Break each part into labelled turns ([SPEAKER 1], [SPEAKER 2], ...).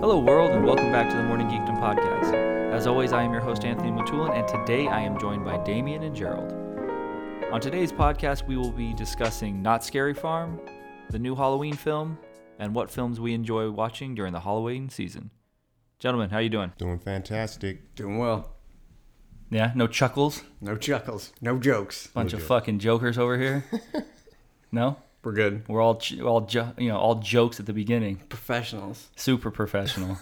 [SPEAKER 1] Hello, world, and welcome back to the Morning Geekdom podcast. As always, I am your host, Anthony Matulin, and today I am joined by Damien and Gerald. On today's podcast, we will be discussing Not Scary Farm, the new Halloween film, and what films we enjoy watching during the Halloween season. Gentlemen, how you doing?
[SPEAKER 2] Doing fantastic.
[SPEAKER 3] Doing well.
[SPEAKER 1] Yeah, no chuckles,
[SPEAKER 3] No chuckles. No jokes.
[SPEAKER 1] bunch of fucking jokers over here. no,
[SPEAKER 3] We're good.
[SPEAKER 1] we're all ch- all jo- you know all jokes at the beginning.
[SPEAKER 3] Professionals.
[SPEAKER 1] Super professional.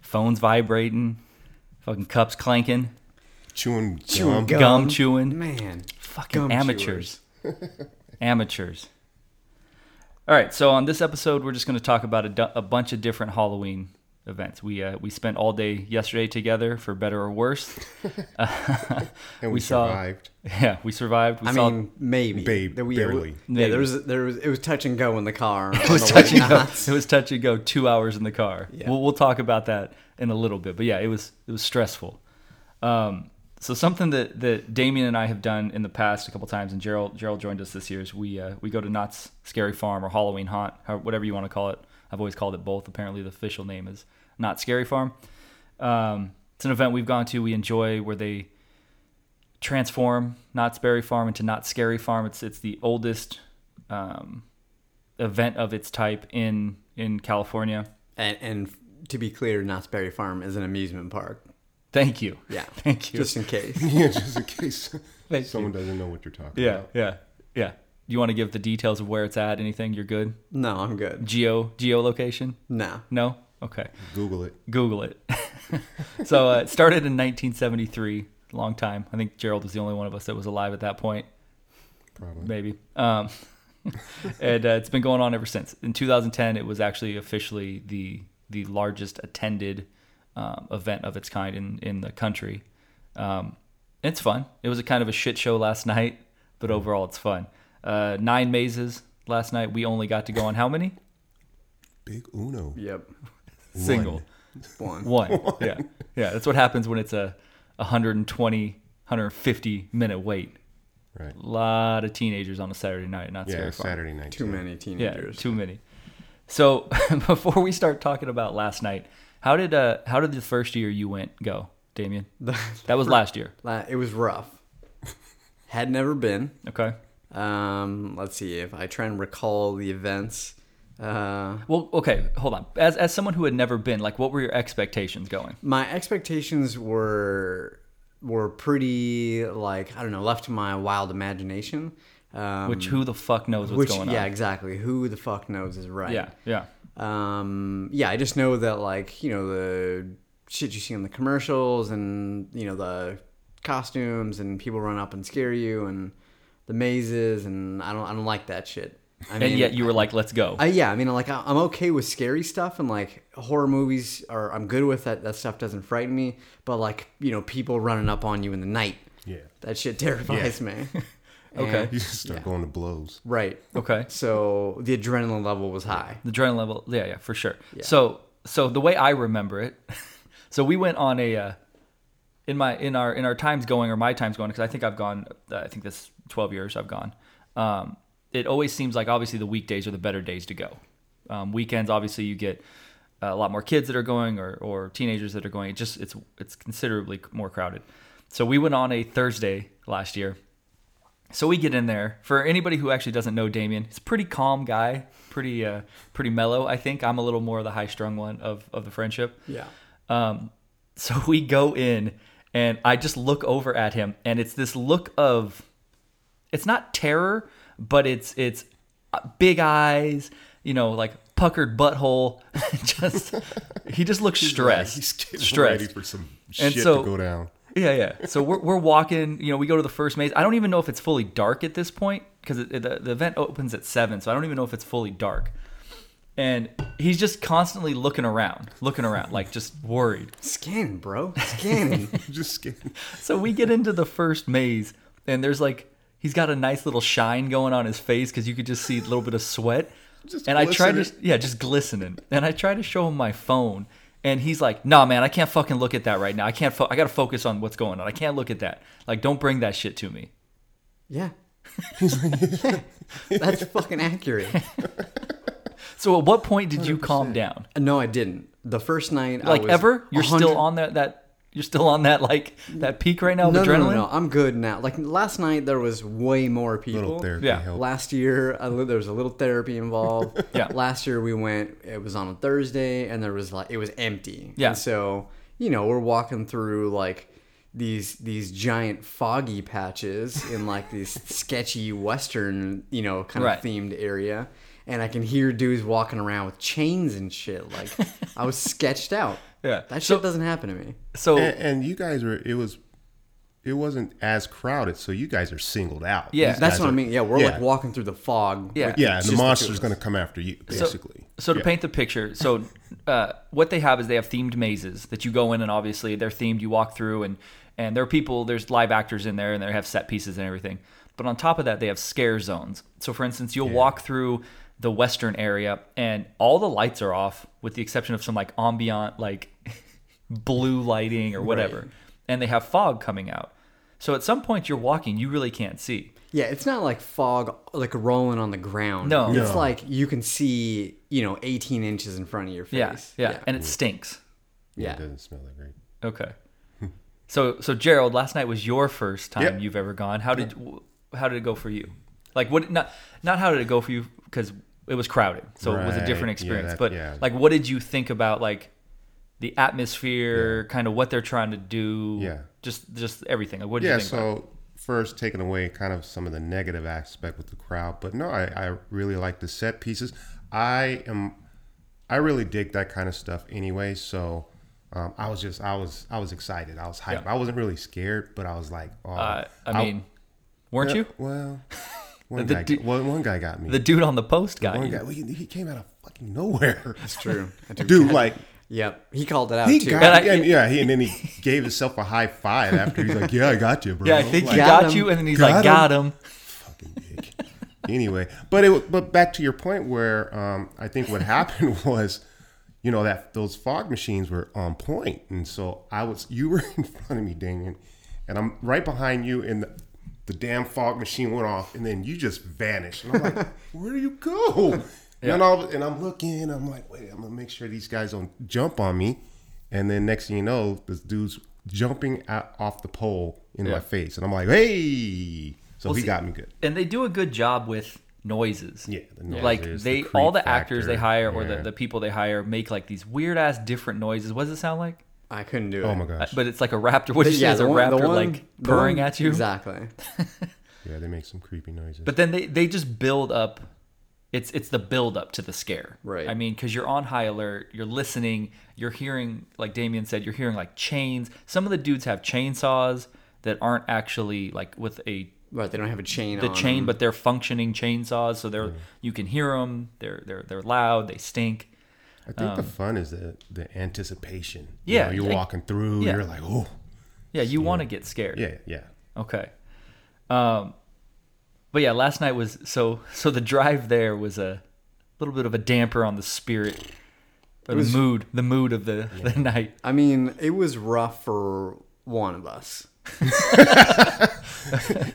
[SPEAKER 1] Phones vibrating, fucking cups clanking,
[SPEAKER 2] Chewing gum.
[SPEAKER 3] Chewing gum.
[SPEAKER 1] gum chewing.
[SPEAKER 3] Man.
[SPEAKER 1] Fucking
[SPEAKER 3] Gum
[SPEAKER 1] amateurs. amateurs. All right, so on this episode, we're just going to talk about a, du- a bunch of different Halloween events. We uh, we spent all day yesterday together, for better or worse.
[SPEAKER 2] And we,
[SPEAKER 1] We saw-
[SPEAKER 2] survived.
[SPEAKER 1] yeah, we survived. We
[SPEAKER 3] I
[SPEAKER 1] saw
[SPEAKER 3] mean, maybe.
[SPEAKER 2] Ba-
[SPEAKER 3] There we-
[SPEAKER 2] barely.
[SPEAKER 3] Yeah, there was, there was, it was touch and go in the car.
[SPEAKER 1] it was touch and go. It was touch and go. Two hours in the car.
[SPEAKER 3] Yeah.
[SPEAKER 1] We'll, we'll talk about that in a little bit. But yeah, it was it was stressful. Um, so something that that Damien and I have done in the past a couple times, and Gerald Gerald joined us this year. Is we uh, we go to Knott's Scary Farm or Halloween Haunt, how, whatever you want to call it. I've always called it both. Apparently, the official name is Not Scary Farm. Um, it's an event we've gone to. We enjoy where they transform Knott's Berry Farm into Not Scary Farm. It's it's the oldest um, event of its type in in California.
[SPEAKER 3] And, and to be clear, Knott's Berry Farm is an amusement park.
[SPEAKER 1] Thank you.
[SPEAKER 3] Yeah.
[SPEAKER 1] Thank you.
[SPEAKER 3] Just in case.
[SPEAKER 2] yeah, just in case
[SPEAKER 1] Thank you.
[SPEAKER 2] someone doesn't know what you're talking
[SPEAKER 1] yeah,
[SPEAKER 2] about.
[SPEAKER 1] yeah, yeah. Do you want to give the details of where it's at? Anything? You're good.
[SPEAKER 3] No, I'm good.
[SPEAKER 1] Geo geo location?
[SPEAKER 3] No.
[SPEAKER 1] No. Okay.
[SPEAKER 2] Google it.
[SPEAKER 1] Google it. so uh, it started in 1973. Long time. I think Gerald was the only one of us that was alive at that point.
[SPEAKER 2] Probably.
[SPEAKER 1] maybe. Um, and uh, it's been going on ever since. In 2010, it was actually officially the the largest attended um, event of its kind in in the country. Um, it's fun. It was a kind of a shit show last night, but
[SPEAKER 2] Hmm.
[SPEAKER 1] overall, it's fun. Uh, nine mazes last night. We only got to go on how many?
[SPEAKER 2] Big Uno.
[SPEAKER 3] Yep.
[SPEAKER 1] Single.
[SPEAKER 3] One.
[SPEAKER 1] One. Yeah. Yeah. That's what happens when it's a 120, 150 minute wait.
[SPEAKER 2] Right.
[SPEAKER 1] A lot of teenagers on a Saturday night, not
[SPEAKER 2] Yeah,
[SPEAKER 1] scary farm.
[SPEAKER 2] Saturday night.
[SPEAKER 3] Too
[SPEAKER 2] too.
[SPEAKER 3] many teenagers.
[SPEAKER 1] Yeah, too many. So before we start talking about last night, how did uh how did the first year you went go, Damien? That was last year.
[SPEAKER 3] La- it was rough. Had never been.
[SPEAKER 1] Okay.
[SPEAKER 3] Um, let's see if I try and recall the events. Uh,
[SPEAKER 1] Well, okay, hold on. As as someone who had never been, like what were your expectations going?
[SPEAKER 3] my expectations were were pretty like I don't know left to my wild imagination. Um,
[SPEAKER 1] Which who the fuck knows what's
[SPEAKER 3] which-
[SPEAKER 1] going
[SPEAKER 3] yeah
[SPEAKER 1] on?
[SPEAKER 3] exactly who the fuck knows is right.
[SPEAKER 1] Yeah, yeah.
[SPEAKER 3] Um, yeah, I just know that like you know the shit you see in the commercials and you know the costumes and people run up and scare you and the mazes and I don't I don't like that shit. I
[SPEAKER 1] and yet you were like, let's go.
[SPEAKER 3] I, yeah, I mean, like I- I'm okay with scary stuff and like horror movies are I'm good with that. That stuff doesn't frighten me. But like you know, people running up on you in the night,
[SPEAKER 2] Yeah.
[SPEAKER 3] that shit terrifies me.
[SPEAKER 1] Okay.
[SPEAKER 2] You
[SPEAKER 3] And-
[SPEAKER 2] just start going to blows.
[SPEAKER 3] right.
[SPEAKER 1] okay.
[SPEAKER 3] So the adrenaline level was high.
[SPEAKER 1] The adrenaline level, yeah, yeah, for sure. So, so the way I remember it, so we went on a, uh, in my in our in our times going or my times going because I think I've gone, uh, I think this twelve years I've gone. Um, it always seems like obviously the weekdays are the better days to go. Um, weekends, obviously, you get a lot more kids that are going or or teenagers that are going. It just it's it's considerably more crowded. So we went on a Thursday last year. So we get in there. For anybody who actually doesn't know Damien, he's a pretty calm guy, pretty uh, pretty mellow. I think I'm a little more of the high strung one of of the friendship.
[SPEAKER 3] Yeah.
[SPEAKER 1] Um, so we go in, and I just look over at him, and it's this look of, it's not terror, but it's it's uh, big eyes, you know, like puckered butthole. just he just looks stressed,
[SPEAKER 2] He's getting
[SPEAKER 1] stressed.
[SPEAKER 2] ready for some
[SPEAKER 1] And
[SPEAKER 2] shit
[SPEAKER 1] so-
[SPEAKER 2] to go down.
[SPEAKER 1] Yeah, yeah. So we're, we're walking. You know, we go to the first maze. I don't even know if it's fully dark at this point because the, the event opens at seven. So I don't even know if it's fully dark. And he's just constantly looking around, looking around, like just worried.
[SPEAKER 3] Skin, bro. Skin.
[SPEAKER 2] You just scared.
[SPEAKER 1] So we get into the first maze, and there's like he's got a nice little shine going on his face because you could just see a little bit of sweat.
[SPEAKER 2] Just
[SPEAKER 1] and I tried to
[SPEAKER 2] glistening.
[SPEAKER 1] yeah, just glistening. And I tried to show him my phone, And he's like, "Nah, man, I can't fucking look at that right now. I can't. Fo- I gotta focus on what's going on. I can't look at that. Like, don't bring that shit to me."
[SPEAKER 3] Yeah. yeah. That's fucking accurate.
[SPEAKER 1] So, at what point did you calm down?
[SPEAKER 3] No, I didn't. The first night, I
[SPEAKER 1] Like
[SPEAKER 3] was
[SPEAKER 1] ever? You're
[SPEAKER 3] 100
[SPEAKER 1] still on that that you're still on that like that peak right now of
[SPEAKER 3] no,
[SPEAKER 1] adrenaline.
[SPEAKER 3] No, no, no, I'm good now. Like last night, there was way more people.
[SPEAKER 2] Little therapy
[SPEAKER 1] Yeah.
[SPEAKER 2] help.
[SPEAKER 3] Last year, I, li- there was a little therapy involved.
[SPEAKER 1] Yeah.
[SPEAKER 3] Last year we went. It was on a Thursday, and there was like it was empty.
[SPEAKER 1] Yeah.
[SPEAKER 3] And so you know we're walking through like these these giant foggy patches in like this sketchy western you know kind
[SPEAKER 1] Right.
[SPEAKER 3] of themed area, and I can hear dudes walking around with chains and shit. Like I was sketched out.
[SPEAKER 1] Yeah.
[SPEAKER 3] That
[SPEAKER 1] So-
[SPEAKER 3] shit doesn't happen to me.
[SPEAKER 1] So
[SPEAKER 3] Eh,
[SPEAKER 2] And, and you guys were. It was. It wasn't as crowded, so you guys are singled out.
[SPEAKER 1] Yeah.
[SPEAKER 2] These
[SPEAKER 3] That's
[SPEAKER 2] guys
[SPEAKER 3] what I
[SPEAKER 2] are-
[SPEAKER 3] mean. Yeah, we're
[SPEAKER 2] yeah.
[SPEAKER 3] like walking through the fog.
[SPEAKER 1] Yeah.
[SPEAKER 3] with
[SPEAKER 2] Yeah, and
[SPEAKER 3] just
[SPEAKER 2] the
[SPEAKER 3] two of
[SPEAKER 2] monster's
[SPEAKER 3] us.
[SPEAKER 2] going to come after you,
[SPEAKER 1] So-
[SPEAKER 2] basically.
[SPEAKER 1] So, to
[SPEAKER 2] Yeah.
[SPEAKER 1] paint the picture, so uh, what they have is they have themed mazes that you go in, and obviously they're themed. You walk through, and and there are people, there's live actors in there, and they have set pieces and everything. But on top of that, they have scare zones. So, for instance, you'll walk through the western area, and all the lights are off, with the exception of some like ambient, like blue lighting or whatever. And they have fog coming out. So at some point you're walking, you really can't see.
[SPEAKER 3] Yeah, it's not like fog like rolling on the ground.
[SPEAKER 1] No.
[SPEAKER 3] It's
[SPEAKER 2] No.
[SPEAKER 3] like you can see, you know, 18 inches in front of your face.
[SPEAKER 1] Yeah, yeah, and it stinks.
[SPEAKER 2] Yeah,
[SPEAKER 3] yeah.
[SPEAKER 2] It doesn't smell that great.
[SPEAKER 1] Okay. so so Gerald, last night was your first time
[SPEAKER 2] Yep.
[SPEAKER 1] you've ever gone. How did w how did it go for you? Like what not not how did it go for you because it was crowded, so it was a
[SPEAKER 2] Right,
[SPEAKER 1] different
[SPEAKER 2] yeah,
[SPEAKER 1] experience.
[SPEAKER 2] that-
[SPEAKER 1] but
[SPEAKER 2] yeah.
[SPEAKER 1] like, what did you think about like the atmosphere, kind of what they're trying to do?
[SPEAKER 2] Yeah.
[SPEAKER 1] just just everything. Like, what did
[SPEAKER 2] Yeah,
[SPEAKER 1] you think? about it?
[SPEAKER 2] so first taking away kind of some of the negative aspect with the crowd, but no, I, I really like the set pieces. I am, I really dig that kind of stuff anyway. So um, I was just, I was, I was excited. I was hyped. I wasn't really scared, but I was like, oh, Uh,
[SPEAKER 1] Uh, I mean, weren't you?
[SPEAKER 2] well, one
[SPEAKER 1] The
[SPEAKER 2] guy,
[SPEAKER 1] du-
[SPEAKER 2] one, one guy got me.
[SPEAKER 1] The dude on the post got
[SPEAKER 2] one
[SPEAKER 1] you.
[SPEAKER 2] guy, well, he, he came out of fucking nowhere,
[SPEAKER 3] It's true. I do-
[SPEAKER 2] dude. Like
[SPEAKER 3] Yep. He called it out
[SPEAKER 2] he
[SPEAKER 3] too.
[SPEAKER 2] got,
[SPEAKER 1] And I-
[SPEAKER 2] and, yeah, he, and then he gave himself a high five after. He's like, yeah, I got you, bro.
[SPEAKER 1] Yeah, I think he
[SPEAKER 2] Like,
[SPEAKER 3] Got
[SPEAKER 1] got
[SPEAKER 3] him.
[SPEAKER 1] you, and then he's
[SPEAKER 2] Got
[SPEAKER 1] like,
[SPEAKER 2] him.
[SPEAKER 1] got him.
[SPEAKER 2] fucking dick. anyway, but it but back to your point where um, I think what happened was, you know that those fog machines were on point, and so I was you were in front of me, Damien, and I'm right behind you, and the, the damn fog machine went off, and then you just vanished, and I'm like, where do you go? And, all, and I'm looking, I'm like, wait, I'm gonna make sure these guys don't jump on me, and then next thing you know, this dude's jumping out, off the pole in my face, and I'm like, hey. So he
[SPEAKER 1] see-
[SPEAKER 2] got me good.
[SPEAKER 1] and they do a good job with noises.
[SPEAKER 2] Yeah, the noises,
[SPEAKER 1] like
[SPEAKER 2] the
[SPEAKER 1] they
[SPEAKER 2] creep
[SPEAKER 1] all the actors they
[SPEAKER 2] factor,
[SPEAKER 1] hire or
[SPEAKER 2] yeah.
[SPEAKER 1] the, the people they hire make like these weird ass different noises. What does it sound like?
[SPEAKER 3] I couldn't do it.
[SPEAKER 2] Oh my gosh.
[SPEAKER 1] But it's like a raptor. What
[SPEAKER 3] But
[SPEAKER 1] did you say? Is a raptor like
[SPEAKER 3] the
[SPEAKER 1] purring
[SPEAKER 3] one-
[SPEAKER 1] at you?
[SPEAKER 3] Exactly.
[SPEAKER 2] Yeah, they make some creepy noises.
[SPEAKER 1] But then they they just build up. It's it's the build up to the scare.
[SPEAKER 3] Right.
[SPEAKER 1] I mean, because you're on high alert. You're listening. You're hearing, like Damien said, you're hearing like chains. Some of the dudes have chainsaws that aren't actually like with a
[SPEAKER 3] Right. They don't have a chain
[SPEAKER 1] the
[SPEAKER 3] on
[SPEAKER 1] chain,
[SPEAKER 3] them.
[SPEAKER 1] but they're functioning chainsaws, so they're you can hear them. They're they're they're loud. They stink.
[SPEAKER 2] I think the fun is the the anticipation. You
[SPEAKER 1] um, Yeah,
[SPEAKER 2] know, you're
[SPEAKER 1] like-
[SPEAKER 2] walking through.
[SPEAKER 1] yeah.
[SPEAKER 2] You're like, oh,
[SPEAKER 1] Yeah, you want to get scared.
[SPEAKER 2] yeah, yeah.
[SPEAKER 1] Okay. Um, but yeah, last night was so so the drive there was a little bit of a damper on the spirit, or the mood, the mood of the the night.
[SPEAKER 3] I mean, it was rough for one of us.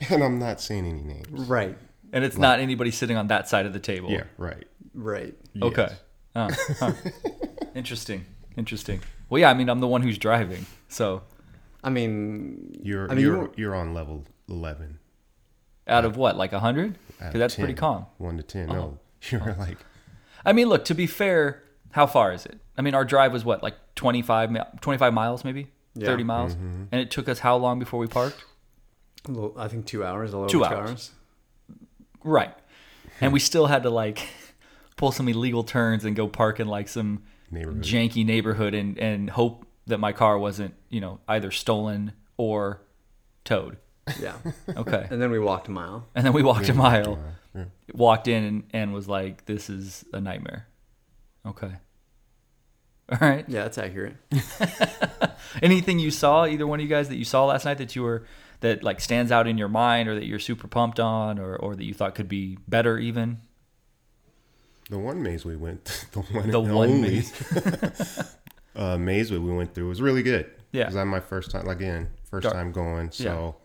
[SPEAKER 2] And I'm not saying any names.
[SPEAKER 3] Right.
[SPEAKER 1] And it's not anybody sitting on that side of the table.
[SPEAKER 2] Yeah, right.
[SPEAKER 3] Right.
[SPEAKER 1] Okay. Uh, huh. Interesting. Interesting. Well, yeah, I mean, I'm the one who's driving, so
[SPEAKER 3] I mean,
[SPEAKER 2] You're
[SPEAKER 3] I mean,
[SPEAKER 2] you're
[SPEAKER 3] you-
[SPEAKER 2] you're on level eleven.
[SPEAKER 1] out of what, like a hundred?
[SPEAKER 2] out of
[SPEAKER 1] Because that's pretty
[SPEAKER 2] 10.
[SPEAKER 1] calm. Oh.
[SPEAKER 2] One to ten. No, you're like
[SPEAKER 1] I mean, look, to be fair, how far is it? I mean, our drive was what, like 25, mi- 25 miles maybe? 30 miles?
[SPEAKER 2] Mm-hmm.
[SPEAKER 1] And it took us how long before we parked?
[SPEAKER 3] a little- I think two hours, a little
[SPEAKER 1] Two
[SPEAKER 3] over two
[SPEAKER 1] hours.
[SPEAKER 3] hours.
[SPEAKER 1] Right. And we
[SPEAKER 2] Hmm.
[SPEAKER 1] still had to like pull some illegal turns and go park in like some
[SPEAKER 2] Neighborhood.
[SPEAKER 1] janky neighborhood and, and hope that my car wasn't, you know, either stolen or towed.
[SPEAKER 3] Yeah.
[SPEAKER 1] Okay.
[SPEAKER 3] and then we walked a mile.
[SPEAKER 1] and then we walked a mile, walked in and, and was like, this is a nightmare. Okay. All right.
[SPEAKER 3] Yeah, that's accurate.
[SPEAKER 1] Anything you saw, either one of you guys that you saw last night that you were that like stands out in your mind or that you're super pumped on or, or that you thought could be better even?
[SPEAKER 2] the one maze we went. The one.
[SPEAKER 1] The
[SPEAKER 2] and
[SPEAKER 1] one
[SPEAKER 2] only.
[SPEAKER 1] maze.
[SPEAKER 2] uh, maze that we went through was really good.
[SPEAKER 1] Yeah.
[SPEAKER 2] because I'm my first time again, first
[SPEAKER 1] Dark.
[SPEAKER 2] time going. So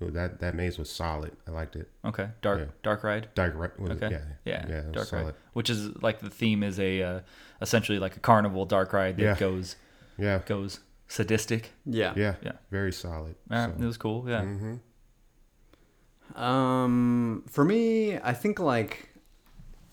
[SPEAKER 2] it was- that that maze was solid. I liked it.
[SPEAKER 1] Okay. Dark
[SPEAKER 2] Yeah.
[SPEAKER 1] dark ride.
[SPEAKER 2] Dark right? Was
[SPEAKER 1] Okay.
[SPEAKER 2] It?
[SPEAKER 1] Yeah.
[SPEAKER 2] Yeah. Yeah. it was
[SPEAKER 1] dark ride.
[SPEAKER 2] solid.
[SPEAKER 1] Which is like the theme is a uh, essentially like a carnival dark ride that
[SPEAKER 2] Yeah.
[SPEAKER 1] goes
[SPEAKER 2] Yeah.
[SPEAKER 1] goes sadistic.
[SPEAKER 3] Yeah.
[SPEAKER 2] Yeah.
[SPEAKER 1] Yeah.
[SPEAKER 2] Very solid.
[SPEAKER 1] Uh,
[SPEAKER 2] So, mm-hmm.
[SPEAKER 1] It was cool. Yeah.
[SPEAKER 3] Um, for me, I think like,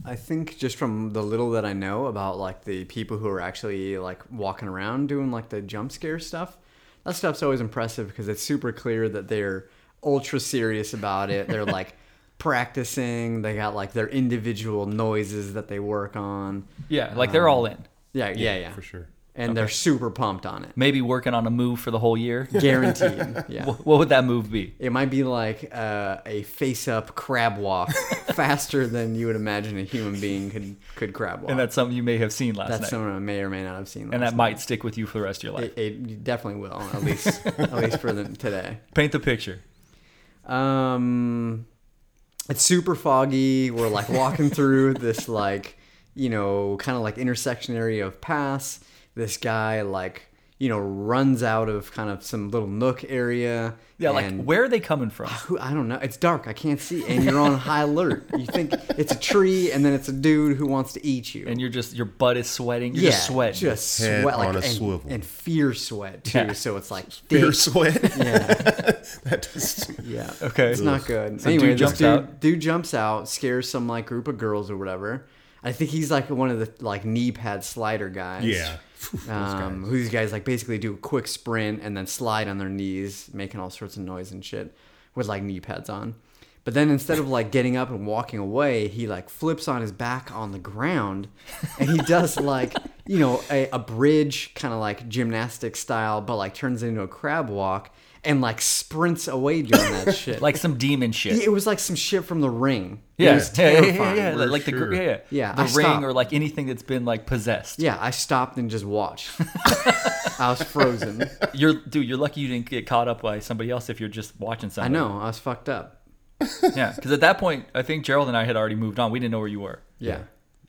[SPEAKER 3] I think just from the little that I know about like the people who are actually like walking around doing like the jump scare stuff, that stuff's always impressive because it's super clear that they're ultra serious about it. They're like practicing. They got like their individual noises that they work on. Um,
[SPEAKER 1] Yeah. Like
[SPEAKER 2] Um,
[SPEAKER 1] they're all in.
[SPEAKER 3] Yeah, yeah, yeah.
[SPEAKER 2] for sure.
[SPEAKER 3] And they're super pumped on it.
[SPEAKER 1] Maybe working on a move for the whole year.
[SPEAKER 3] Guaranteed. Yeah.
[SPEAKER 1] Wh- What would that move be?
[SPEAKER 3] It might be like uh, a face-up crab walk, faster than you would imagine a human being could could crab walk.
[SPEAKER 1] And that's something you may have seen last
[SPEAKER 3] That's
[SPEAKER 1] night.
[SPEAKER 3] something I may or may not have seen.
[SPEAKER 1] And
[SPEAKER 3] last
[SPEAKER 1] that might stick with you for the rest of your
[SPEAKER 3] night.
[SPEAKER 1] life.
[SPEAKER 3] it, it definitely will, at least at least for the, today.
[SPEAKER 1] Paint the picture.
[SPEAKER 3] Um, it's super foggy. We're like walking through this like you know kind of like intersection area of paths. This guy like you know runs out of kind of some little nook area.
[SPEAKER 1] Yeah, like
[SPEAKER 3] and-
[SPEAKER 1] where are they coming from?
[SPEAKER 3] Who, I don't know. It's dark. I can't see, and you're on high alert. You think it's a tree, and then it's a dude who wants to eat you.
[SPEAKER 1] And you're just your butt is sweating. You're
[SPEAKER 3] yeah,
[SPEAKER 1] just sweating.
[SPEAKER 3] just
[SPEAKER 2] Head
[SPEAKER 3] sweat, like,
[SPEAKER 2] on a
[SPEAKER 3] and,
[SPEAKER 2] swivel.
[SPEAKER 3] and fear sweat too.
[SPEAKER 1] Yeah.
[SPEAKER 3] So it's like thick.
[SPEAKER 2] Fear sweat.
[SPEAKER 3] Yeah,
[SPEAKER 2] that does.
[SPEAKER 3] yeah.
[SPEAKER 1] okay.
[SPEAKER 3] It's not good.
[SPEAKER 1] So
[SPEAKER 3] anyway,
[SPEAKER 1] dude
[SPEAKER 3] this
[SPEAKER 1] jumps
[SPEAKER 3] dude,
[SPEAKER 1] out?
[SPEAKER 3] dude jumps out, scares some like group of girls or whatever. I think he's like one of the like knee pad slider guys.
[SPEAKER 2] Yeah.
[SPEAKER 3] Um, who these guys like basically do a quick sprint and then slide on their knees, making all sorts of noise and shit with like knee pads on. But then instead of like getting up and walking away, he like flips on his back on the ground and he does like, you know, a, a bridge kind of like gymnastic style, but like turns into a crab walk and like sprints away doing that shit.
[SPEAKER 1] Like some demon shit.
[SPEAKER 3] it was like some shit from the ring. It
[SPEAKER 1] Yeah.
[SPEAKER 3] was
[SPEAKER 1] yeah, yeah, yeah, yeah,
[SPEAKER 3] terrifying.
[SPEAKER 1] yeah,
[SPEAKER 2] for
[SPEAKER 1] Like the gr-
[SPEAKER 2] sure.
[SPEAKER 1] yeah, yeah.
[SPEAKER 3] Yeah,
[SPEAKER 1] the
[SPEAKER 3] I
[SPEAKER 1] ring
[SPEAKER 3] stopped.
[SPEAKER 1] or like anything that's been like possessed.
[SPEAKER 3] Yeah, I stopped and just watched. I was frozen.
[SPEAKER 1] You're dude, you're lucky you didn't get caught up by somebody else if you're just watching
[SPEAKER 3] I
[SPEAKER 1] something.
[SPEAKER 3] know, I was fucked up.
[SPEAKER 1] Yeah, because at that point, I think Gerald and I had already moved on. We didn't know where you were.
[SPEAKER 3] Yeah.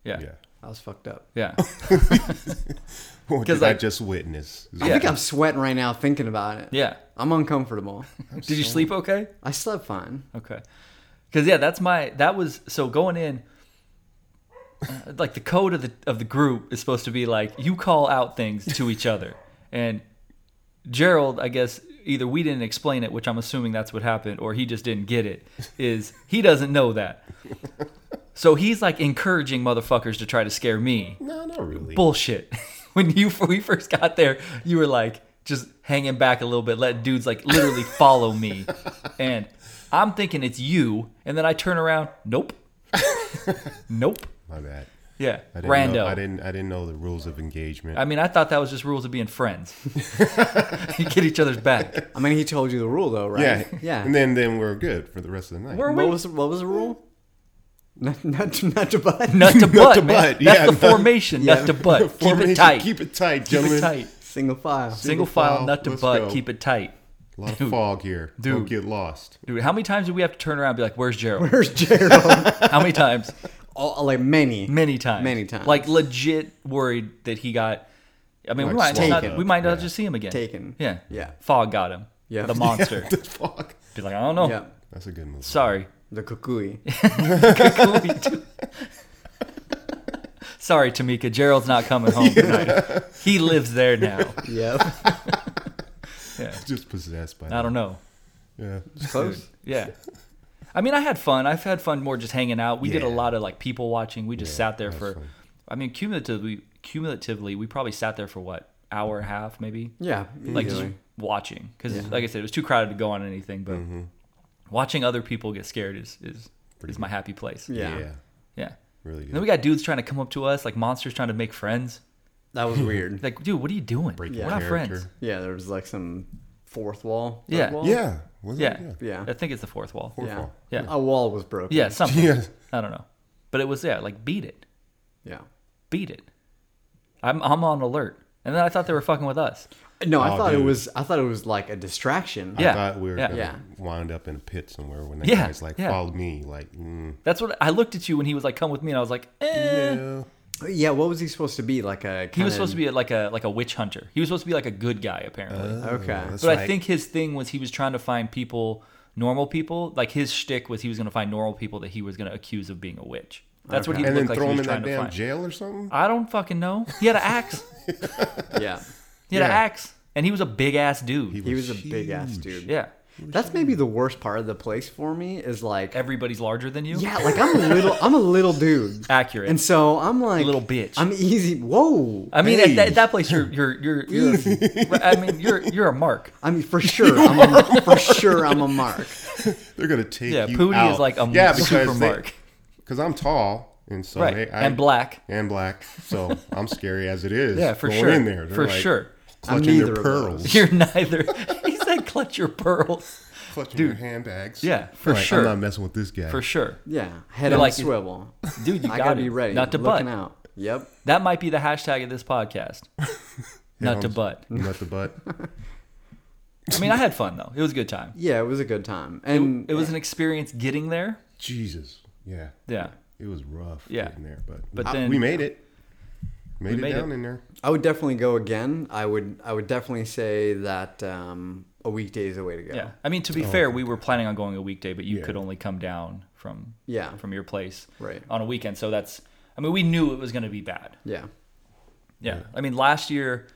[SPEAKER 1] Yeah,
[SPEAKER 2] Yeah.
[SPEAKER 3] I was fucked up.
[SPEAKER 1] yeah.
[SPEAKER 2] What
[SPEAKER 1] 'Cause,
[SPEAKER 2] did I
[SPEAKER 1] like-
[SPEAKER 2] just witness?
[SPEAKER 3] I think I'm sweating right now thinking about it.
[SPEAKER 1] Yeah.
[SPEAKER 3] I'm uncomfortable.
[SPEAKER 1] Did you sleep okay?
[SPEAKER 3] I slept fine.
[SPEAKER 1] Okay. Because yeah, that's my that was so going in. uh, Like the code of the of the group is supposed to be like you call out things to each other, and Gerald, I guess either we didn't explain it, which I'm assuming that's what happened, or he just didn't get it. Is he doesn't know that, so he's like encouraging motherfuckers to try to scare me.
[SPEAKER 2] No, not really.
[SPEAKER 1] bullshit. when you when we first got there, you were like just hanging back a little bit, let dudes like literally follow me, and I'm thinking it's you, and then I turn around, nope, nope,
[SPEAKER 2] My bad.
[SPEAKER 1] yeah,
[SPEAKER 2] I didn't
[SPEAKER 1] rando.
[SPEAKER 2] Know, I
[SPEAKER 1] I,
[SPEAKER 2] didn't. I didn't know the rules of engagement.
[SPEAKER 1] mean, I thought that was just rules of being friends. you get each other's back.
[SPEAKER 3] I mean, he told you the rule though, right?
[SPEAKER 2] yeah.
[SPEAKER 3] Yeah.
[SPEAKER 2] And then then we're good for the rest of the night.
[SPEAKER 1] Where
[SPEAKER 3] what
[SPEAKER 1] we?
[SPEAKER 3] was what was the rule? Not not to, not to butt.
[SPEAKER 1] Nut to butt,
[SPEAKER 2] to
[SPEAKER 1] man.
[SPEAKER 2] butt,
[SPEAKER 1] That's
[SPEAKER 2] yeah,
[SPEAKER 1] the
[SPEAKER 2] nut-
[SPEAKER 1] formation. Nut to butt. keep
[SPEAKER 2] Formation,
[SPEAKER 1] it tight. Keep
[SPEAKER 2] Keep it tight,
[SPEAKER 1] it
[SPEAKER 2] gentlemen.
[SPEAKER 1] tight.
[SPEAKER 3] Single file.
[SPEAKER 1] Single
[SPEAKER 2] Single
[SPEAKER 1] file,
[SPEAKER 2] file,
[SPEAKER 1] nut to
[SPEAKER 2] let's
[SPEAKER 1] butt.
[SPEAKER 2] go.
[SPEAKER 1] Keep it tight.
[SPEAKER 2] A lot of fog here. Don't
[SPEAKER 1] Dude.
[SPEAKER 2] get lost.
[SPEAKER 1] Dude, how many times do we have to turn around and be like, "Where's Gerald?"
[SPEAKER 3] Where's Gerald?
[SPEAKER 1] how many times?
[SPEAKER 3] All, like many.
[SPEAKER 1] many times.
[SPEAKER 3] Many times.
[SPEAKER 1] Like legit worried that he got. I mean, we might
[SPEAKER 2] Like
[SPEAKER 1] not,
[SPEAKER 2] taken.
[SPEAKER 1] we might not
[SPEAKER 2] Yeah.
[SPEAKER 1] just see him again.
[SPEAKER 3] Taken.
[SPEAKER 1] Yeah.
[SPEAKER 3] Yeah.
[SPEAKER 1] Fog got him.
[SPEAKER 3] Yeah.
[SPEAKER 1] The monster.
[SPEAKER 2] the fog.
[SPEAKER 1] Be like, I don't know.
[SPEAKER 3] Yeah.
[SPEAKER 2] That's a good movie.
[SPEAKER 1] Sorry.
[SPEAKER 3] The kukui.
[SPEAKER 1] Sorry, Tamika. Gerald's not coming home tonight. He lives there now.
[SPEAKER 3] yep.
[SPEAKER 2] Just possessed by.
[SPEAKER 1] I don't know.
[SPEAKER 2] Yeah.
[SPEAKER 3] Close.
[SPEAKER 1] Yeah. I mean, I had fun. I've had fun more just hanging out. We did a
[SPEAKER 2] Yeah.
[SPEAKER 1] lot of like people watching. We just
[SPEAKER 2] Yeah,
[SPEAKER 1] sat there
[SPEAKER 2] that
[SPEAKER 1] for,
[SPEAKER 2] was fun.
[SPEAKER 1] I mean, cumulatively, cumulatively, we probably sat there for what hour and a half, maybe
[SPEAKER 3] Yeah.
[SPEAKER 1] like
[SPEAKER 3] easily.
[SPEAKER 1] just watching because like i said it was too crowded to go on anything but watching other people get scared is is, is my happy place
[SPEAKER 3] yeah.
[SPEAKER 2] Yeah.
[SPEAKER 1] yeah
[SPEAKER 2] Really
[SPEAKER 1] then
[SPEAKER 2] good.
[SPEAKER 1] we got dudes trying to come up to us like monsters trying to make friends
[SPEAKER 3] That was weird.
[SPEAKER 1] like dude what are you doing
[SPEAKER 2] Breaking
[SPEAKER 1] we're not
[SPEAKER 2] character.
[SPEAKER 1] friends
[SPEAKER 3] yeah, there was like some fourth wall. third
[SPEAKER 1] Yeah.
[SPEAKER 3] Wall?
[SPEAKER 2] Yeah. Was it?
[SPEAKER 1] yeah.
[SPEAKER 3] Yeah.
[SPEAKER 1] i think it's the fourth wall
[SPEAKER 2] Fourth
[SPEAKER 3] Yeah.
[SPEAKER 2] wall.
[SPEAKER 1] Yeah.
[SPEAKER 3] A wall was broken.
[SPEAKER 1] yeah something
[SPEAKER 2] Yeah.
[SPEAKER 1] i don't know but it was yeah like beat it
[SPEAKER 3] Yeah.
[SPEAKER 1] beat it i'm, I'm on alert and then i thought they were fucking with us
[SPEAKER 3] No, I
[SPEAKER 2] Oh,
[SPEAKER 3] thought it
[SPEAKER 2] dude.
[SPEAKER 3] was I thought it was like a distraction.
[SPEAKER 1] Yeah.
[SPEAKER 2] I thought we were
[SPEAKER 1] Yeah.
[SPEAKER 2] gonna
[SPEAKER 3] Yeah.
[SPEAKER 2] wind up in a pit somewhere when that
[SPEAKER 1] Yeah,
[SPEAKER 2] guy's like,
[SPEAKER 1] yeah.
[SPEAKER 2] "Follow me," like, mm,
[SPEAKER 1] that's what i looked at you when he was like come with me and i was like eh.
[SPEAKER 2] no.
[SPEAKER 3] Yeah, what was he supposed to be? Like a
[SPEAKER 1] He was supposed to be like a like a witch hunter. He was supposed to be like a good guy apparently.
[SPEAKER 3] Okay.
[SPEAKER 2] That's
[SPEAKER 1] But I
[SPEAKER 2] like-
[SPEAKER 1] think his thing was he was trying to find people, normal people. Like his shtick was he was going to find normal people that he was going to accuse of being a witch. That's what he
[SPEAKER 2] and then
[SPEAKER 1] looked like.
[SPEAKER 2] throw
[SPEAKER 1] he
[SPEAKER 2] him
[SPEAKER 1] was
[SPEAKER 2] in
[SPEAKER 1] trying
[SPEAKER 2] that
[SPEAKER 1] to
[SPEAKER 2] damn
[SPEAKER 1] find. Uh,
[SPEAKER 2] jail or something.
[SPEAKER 1] I don't fucking know. He had an axe.
[SPEAKER 3] Yeah.
[SPEAKER 1] He had an
[SPEAKER 2] Yeah.
[SPEAKER 1] axe, and he was a big ass dude.
[SPEAKER 3] He was a big ass dude.
[SPEAKER 1] yeah,
[SPEAKER 3] That's maybe the worst part of the place for me is like
[SPEAKER 1] everybody's larger than you.
[SPEAKER 3] Yeah, like I'm a little I'm a little dude.
[SPEAKER 1] accurate.
[SPEAKER 3] And so I'm like
[SPEAKER 1] Little bitch.
[SPEAKER 3] I'm easy. Whoa.
[SPEAKER 1] I mean, at,
[SPEAKER 2] Hey.
[SPEAKER 1] that, at that place, you're you're you're. you're I mean, you're you're a mark.
[SPEAKER 3] I mean, for sure, I'm a, for sure, I'm a mark.
[SPEAKER 2] They're gonna take
[SPEAKER 1] Yeah,
[SPEAKER 2] you
[SPEAKER 1] Pooty
[SPEAKER 2] out.
[SPEAKER 1] is like a
[SPEAKER 2] yeah,
[SPEAKER 1] super
[SPEAKER 2] because
[SPEAKER 1] mark,
[SPEAKER 2] Because I'm tall and so
[SPEAKER 1] right?
[SPEAKER 2] hey, I,
[SPEAKER 1] and black.
[SPEAKER 2] and black, so I'm scary as it is.
[SPEAKER 1] Yeah, for
[SPEAKER 2] going
[SPEAKER 1] sure.
[SPEAKER 2] In there, They're,
[SPEAKER 1] for
[SPEAKER 2] like,
[SPEAKER 1] sure.
[SPEAKER 2] clutching their
[SPEAKER 3] neither of those.
[SPEAKER 2] pearls,
[SPEAKER 1] You're neither. he said, "Clutch your pearls."
[SPEAKER 2] clutching your handbags.
[SPEAKER 1] Yeah, for
[SPEAKER 2] Like,
[SPEAKER 1] sure.
[SPEAKER 2] I'm not messing with this guy.
[SPEAKER 1] For sure.
[SPEAKER 3] Yeah, head
[SPEAKER 1] You're
[SPEAKER 3] on
[SPEAKER 1] like-
[SPEAKER 3] a swivel.
[SPEAKER 1] Dude, you
[SPEAKER 3] I
[SPEAKER 1] got
[SPEAKER 3] gotta
[SPEAKER 1] to
[SPEAKER 3] be ready.
[SPEAKER 1] Not to butt.
[SPEAKER 3] looking out. Yep.
[SPEAKER 1] That might be the hashtag of this podcast. not to
[SPEAKER 2] Helms.
[SPEAKER 1] butt.
[SPEAKER 2] Not the butt.
[SPEAKER 1] I mean, I had fun though. It was a good time.
[SPEAKER 3] Yeah, it was a good time, and
[SPEAKER 1] It was an experience getting there.
[SPEAKER 2] Jesus. Yeah.
[SPEAKER 1] Yeah.
[SPEAKER 2] It was rough
[SPEAKER 1] Yeah.
[SPEAKER 2] getting there, but,
[SPEAKER 1] But
[SPEAKER 2] I-
[SPEAKER 1] then-
[SPEAKER 2] we made it. Made it
[SPEAKER 1] made
[SPEAKER 2] down
[SPEAKER 1] it.
[SPEAKER 2] in there.
[SPEAKER 3] I would definitely go again. I would. I would definitely say that um, a weekday is the way to go.
[SPEAKER 1] Yeah. I mean, to be fair, we were planning on going a weekday, but you could only come down from
[SPEAKER 3] Yeah.
[SPEAKER 1] from your place
[SPEAKER 3] Right.
[SPEAKER 1] on a weekend. So that's I mean, we knew it was going to be bad.
[SPEAKER 3] Yeah.
[SPEAKER 1] Yeah. I mean, last year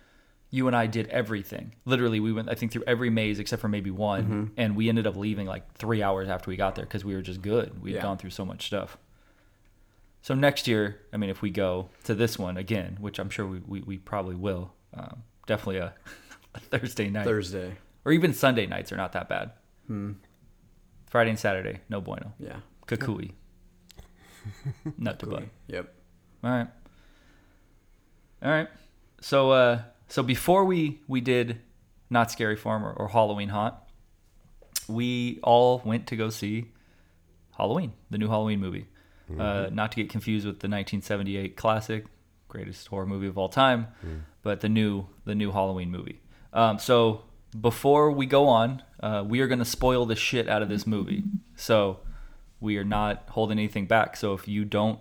[SPEAKER 1] you and I did everything. Literally, we went I think through every maze except for maybe one,
[SPEAKER 3] Mm-hmm.
[SPEAKER 1] and we ended up leaving like 3 hours after we got there cuz we were just good. We had
[SPEAKER 3] Yeah.
[SPEAKER 1] gone through so much stuff. So next year, I mean, if we go to this one again, which I'm sure we, we, we probably will, um, definitely a, a Thursday night
[SPEAKER 3] Thursday.
[SPEAKER 1] or even Sunday nights are not that bad. Friday and Saturday, no bueno.
[SPEAKER 3] Hmm. Yeah.
[SPEAKER 1] Kakui. Nut to butt.
[SPEAKER 3] Yep.
[SPEAKER 1] All right. All right. So uh so before we we did Not Scary Farm or, or Halloween Haunt, we all went to go see Halloween, the new Halloween movie. Uh, not to get confused with the 1978 classic, greatest horror movie of all time, but the new the new Halloween movie. Um, so before we go on, uh, we are going to spoil the shit out of this movie. So we are not holding anything back. So if you don't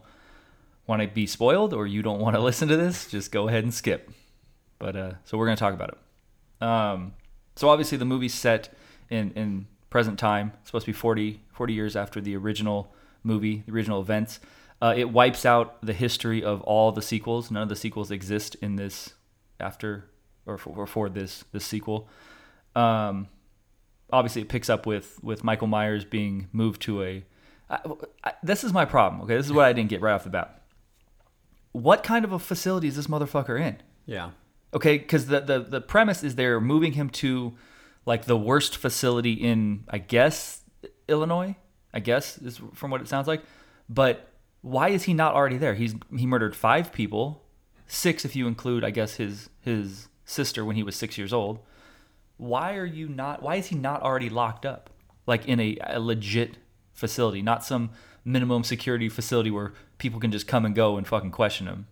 [SPEAKER 1] want to be spoiled or you don't want to listen to this, just go ahead and skip. But uh, so we're going to talk about it. Um, so obviously the movie's set in in present time. It's supposed to be 40, 40 years after the original movie, the original events. Uh, it wipes out the history of all the sequels. None of the sequels exist in this after or for, or for this this sequel. Um, obviously it picks up with with Michael Myers being moved to a. I, I, this is my problem. Okay, this is what I didn't get right off the bat. What kind of a facility is this motherfucker in?
[SPEAKER 3] Yeah.
[SPEAKER 1] Okay, because the, the the premise is they're moving him to like the worst facility in I guess Illinois. I guess is from what it sounds like. But why is he not already there? He's he murdered five people, six if you include I guess his his sister when he was six years old. Why are you not? Why is he not already locked up like in a, a legit facility, not some minimum security facility where people can just come and go and fucking question him?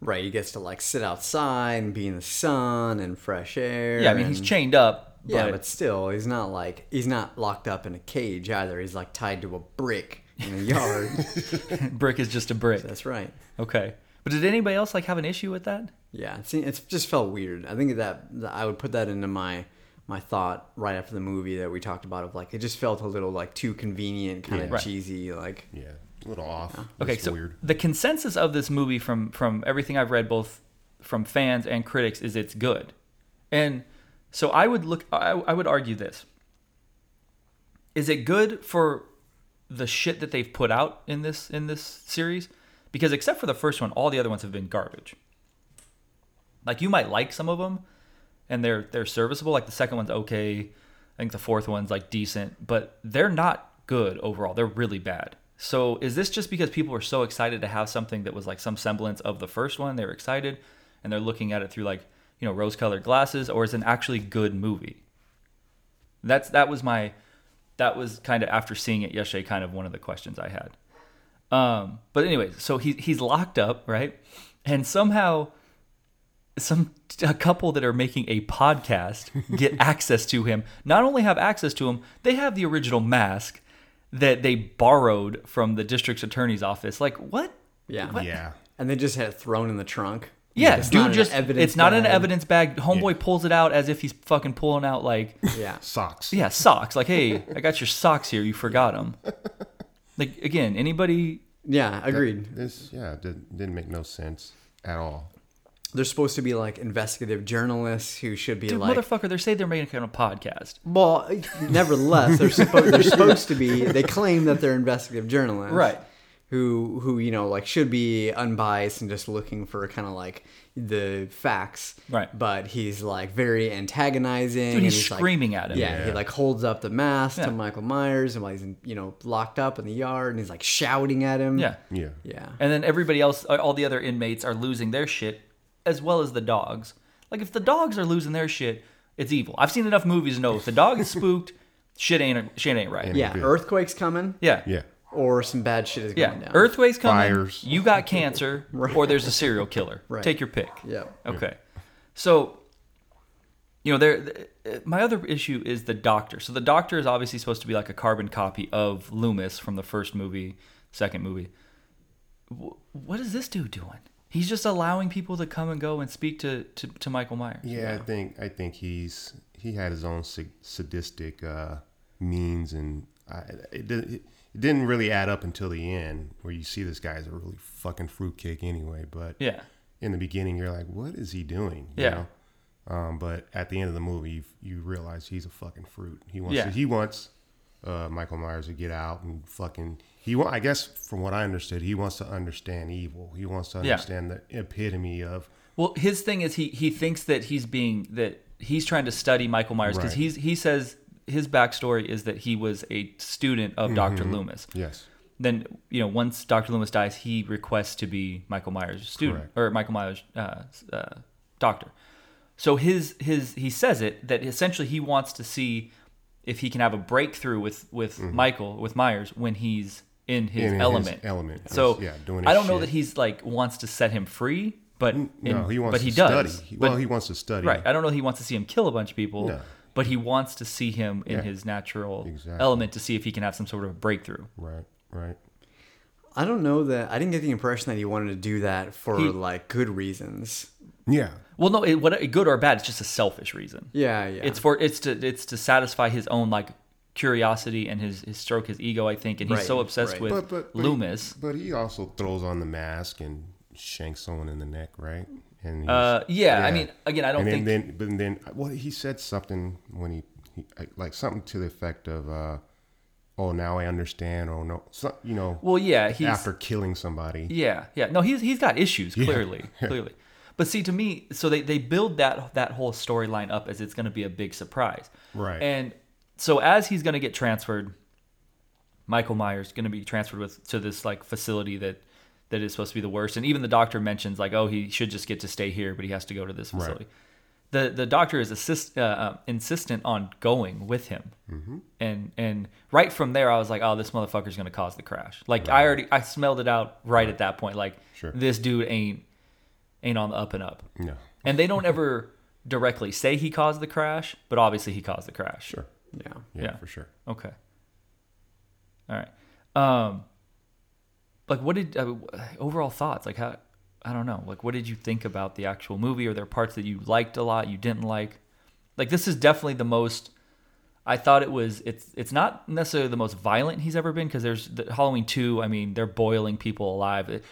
[SPEAKER 3] Right. He gets to like sit outside and be in the sun and fresh air.
[SPEAKER 1] Yeah, I mean he's
[SPEAKER 3] and-
[SPEAKER 1] chained up. But,
[SPEAKER 3] Yeah, but still, he's not like he's not locked up in a cage either. He's like tied to a brick in a yard.
[SPEAKER 1] brick is just a brick.
[SPEAKER 3] That's right.
[SPEAKER 1] Okay. But did anybody else like have an issue with that?
[SPEAKER 3] Yeah, it's, it's just felt weird. I think that, that I would put that into my my thought right after the movie that we talked about of like it just felt a little like too convenient, kind of
[SPEAKER 1] Right.
[SPEAKER 3] cheesy. Like
[SPEAKER 2] Yeah. A little off.
[SPEAKER 1] Okay,
[SPEAKER 2] It's
[SPEAKER 1] so
[SPEAKER 2] weird.
[SPEAKER 1] the consensus of this movie from from everything I've read both from fans and critics is it's good. And so I would look I, I would argue this. Is it good for the shit that they've put out in this in this series? Because except for the first one, all the other ones have been garbage. Like you might like some of them, and they're they're serviceable. Like the second one's okay. I think the fourth one's like decent, but they're not good overall. They're really bad. So is this just because people were so excited to have something that was like some semblance of the first one? They were excited, and they're looking at it through like you know rose-colored glasses, or is it an actually good movie? That's that was my that was kind of after seeing it yesterday, kind of one of the questions I had. Um, but anyways, so he he's locked up, right? And somehow some a couple that are making a podcast get access to him. Not only have access to him, they have the original mask that they borrowed from the district's attorney's office. Like what?
[SPEAKER 3] yeah,
[SPEAKER 1] What?
[SPEAKER 2] Yeah.
[SPEAKER 3] and they just had it thrown in the trunk.
[SPEAKER 1] Yeah,
[SPEAKER 3] It's
[SPEAKER 1] dude,
[SPEAKER 3] not an
[SPEAKER 1] just
[SPEAKER 3] evidence
[SPEAKER 1] it's not an
[SPEAKER 3] bag.
[SPEAKER 1] evidence bag. Homeboy pulls it out as if he's fucking pulling out like
[SPEAKER 3] Yeah.
[SPEAKER 2] Socks.
[SPEAKER 1] yeah socks. Like, hey, I got your socks here. You forgot them. Like again, anybody?
[SPEAKER 3] Yeah, agreed.
[SPEAKER 2] This yeah did, didn't make no sense at all.
[SPEAKER 3] They're supposed to be like investigative journalists who should be
[SPEAKER 1] Dude,
[SPEAKER 3] like Mm.
[SPEAKER 1] motherfucker, they say they're making a podcast.
[SPEAKER 3] Well, nevertheless, they're supposed they're supposed to be. They claim that they're investigative journalists,
[SPEAKER 1] Right.
[SPEAKER 3] Who who you know like should be unbiased and just looking for kind of like the facts,
[SPEAKER 1] Right.
[SPEAKER 3] But he's like very antagonizing.
[SPEAKER 1] Dude,
[SPEAKER 3] and
[SPEAKER 1] he's
[SPEAKER 3] like-
[SPEAKER 1] screaming at him.
[SPEAKER 3] Yeah, he
[SPEAKER 2] Yeah.
[SPEAKER 3] like holds up the mask
[SPEAKER 1] Yeah.
[SPEAKER 3] to Michael Myers, and while he's you know locked up in the yard, and he's like shouting at him.
[SPEAKER 1] Yeah.
[SPEAKER 2] Yeah.
[SPEAKER 3] yeah,
[SPEAKER 1] And then everybody else, uh, all the other inmates, are losing their shit, as well as the dogs. Like if the dogs are losing their shit, it's evil. I've seen enough movies to know if the dog is spooked, shit ain't shit ain't right.
[SPEAKER 3] yeah. Earthquake's coming,
[SPEAKER 1] Yeah.
[SPEAKER 2] Yeah.
[SPEAKER 3] or some bad shit is
[SPEAKER 1] Yeah.
[SPEAKER 3] going down.
[SPEAKER 1] Earthquakes coming.
[SPEAKER 2] Fires.
[SPEAKER 1] You got cancer, or there's a serial killer.
[SPEAKER 3] Right.
[SPEAKER 1] Take your pick.
[SPEAKER 3] Yeah.
[SPEAKER 1] Okay. So, you know, there. th- uh, my other issue is the doctor. So the doctor is obviously supposed to be like a carbon copy of Loomis from the first movie, second movie. Wh- What is this dude doing? He's just allowing people to come and go and speak to to, to Michael Myers.
[SPEAKER 2] Yeah, I think I think he's he had his own sa- sadistic uh, means, and I, it, did, it didn't really add up until the end, where you see this guy's a really fucking fruitcake anyway. But
[SPEAKER 1] Yeah.
[SPEAKER 2] in the beginning, you're like, what is he doing? You
[SPEAKER 1] Yeah.
[SPEAKER 2] know? Um, but at the end of the movie, you, you realize he's a fucking fruit. He wants
[SPEAKER 1] Yeah.
[SPEAKER 2] he wants uh, Michael Myers to get out and fucking he. wa- I guess from what I understood, he wants to understand evil. He wants to
[SPEAKER 1] Yeah.
[SPEAKER 2] understand the epitome of
[SPEAKER 1] Well, his thing is he he thinks that he's being that he's trying to study Michael Myers because
[SPEAKER 2] Right.
[SPEAKER 1] he's he says his backstory is that he was a student of Dr.
[SPEAKER 2] Mm-hmm.
[SPEAKER 1] Loomis.
[SPEAKER 2] yes,
[SPEAKER 1] Then you know once Dr. Loomis dies, he requests to be Michael Myers' student
[SPEAKER 2] Correct.
[SPEAKER 1] or Michael Myers' uh, uh, doctor. So his his he says it that essentially he wants to see if he can have a breakthrough with with Michael with Myers when he's in his
[SPEAKER 2] Mm-hmm. In his
[SPEAKER 1] element.
[SPEAKER 2] element.
[SPEAKER 1] So
[SPEAKER 2] He's- yeah, doing
[SPEAKER 1] I
[SPEAKER 2] his
[SPEAKER 1] don't know
[SPEAKER 2] shit.
[SPEAKER 1] that he's like wants to set him free, but
[SPEAKER 2] no,
[SPEAKER 1] in-
[SPEAKER 2] he wants
[SPEAKER 1] but
[SPEAKER 2] to
[SPEAKER 1] he does.
[SPEAKER 2] study. He-
[SPEAKER 1] But-
[SPEAKER 2] well, he wants to study.
[SPEAKER 1] Right. I don't know he wants to see him kill a bunch of people,
[SPEAKER 2] No.
[SPEAKER 1] but he wants to see him in
[SPEAKER 2] Yeah.
[SPEAKER 1] his natural
[SPEAKER 2] Exactly.
[SPEAKER 1] element to see if he can have some sort of a breakthrough.
[SPEAKER 2] Right. Right.
[SPEAKER 3] I don't know that I didn't get the impression that he wanted to do that for
[SPEAKER 1] He-
[SPEAKER 3] like good reasons.
[SPEAKER 2] Yeah.
[SPEAKER 1] Well, no, it, what, good or bad, it's just a selfish reason.
[SPEAKER 3] Yeah, yeah.
[SPEAKER 1] It's for it's to it's to satisfy his own like curiosity and his his stroke his ego, I think, and he's
[SPEAKER 3] Right,
[SPEAKER 1] so obsessed
[SPEAKER 3] right.
[SPEAKER 1] with
[SPEAKER 2] But but, but
[SPEAKER 1] Loomis.
[SPEAKER 2] He, but he also throws on the mask and shanks someone in the neck, right? And he's-
[SPEAKER 1] uh, yeah, I mean, again, I don't
[SPEAKER 2] and
[SPEAKER 1] think.
[SPEAKER 2] then, then but then well, he said something when he, he like something to the effect of, uh, "Oh, now I understand." Oh no, so, you know,
[SPEAKER 1] well, yeah, he's
[SPEAKER 2] after killing somebody,
[SPEAKER 1] Yeah, yeah. No, he's he's got issues clearly, clearly. But see, to me, so they they build that that whole storyline up as it's going to be a big surprise,
[SPEAKER 2] Right.
[SPEAKER 1] And so as he's going to get transferred, Michael Myers going to be transferred with to this like facility that that is supposed to be the worst. And even the doctor mentions like, oh, he should just get to stay here, but he has to go to this facility. The the doctor is assist, uh, uh, insistent on going with him,
[SPEAKER 2] Mm-hmm.
[SPEAKER 1] and and right from there, I was like, oh, this motherfucker's going to cause the crash. Like I already I smelled it out right at that point. Like
[SPEAKER 2] Sure.
[SPEAKER 1] this dude ain't ain't on the up and up.
[SPEAKER 2] no,
[SPEAKER 1] And they don't ever directly say he caused the crash, but obviously he caused the crash.
[SPEAKER 2] sure,
[SPEAKER 3] yeah.
[SPEAKER 2] yeah,
[SPEAKER 1] Yeah.
[SPEAKER 2] for sure.
[SPEAKER 1] Okay. All right. Um, like, what did uh, overall thoughts? Like, how? I don't know. Like, what did you think about the actual movie? Are there parts that you liked a lot, you didn't like? Like, this is definitely the most. I thought it was. It's. It's not necessarily the most violent he's ever been because there's the, Halloween two. I mean, they're boiling people alive. It-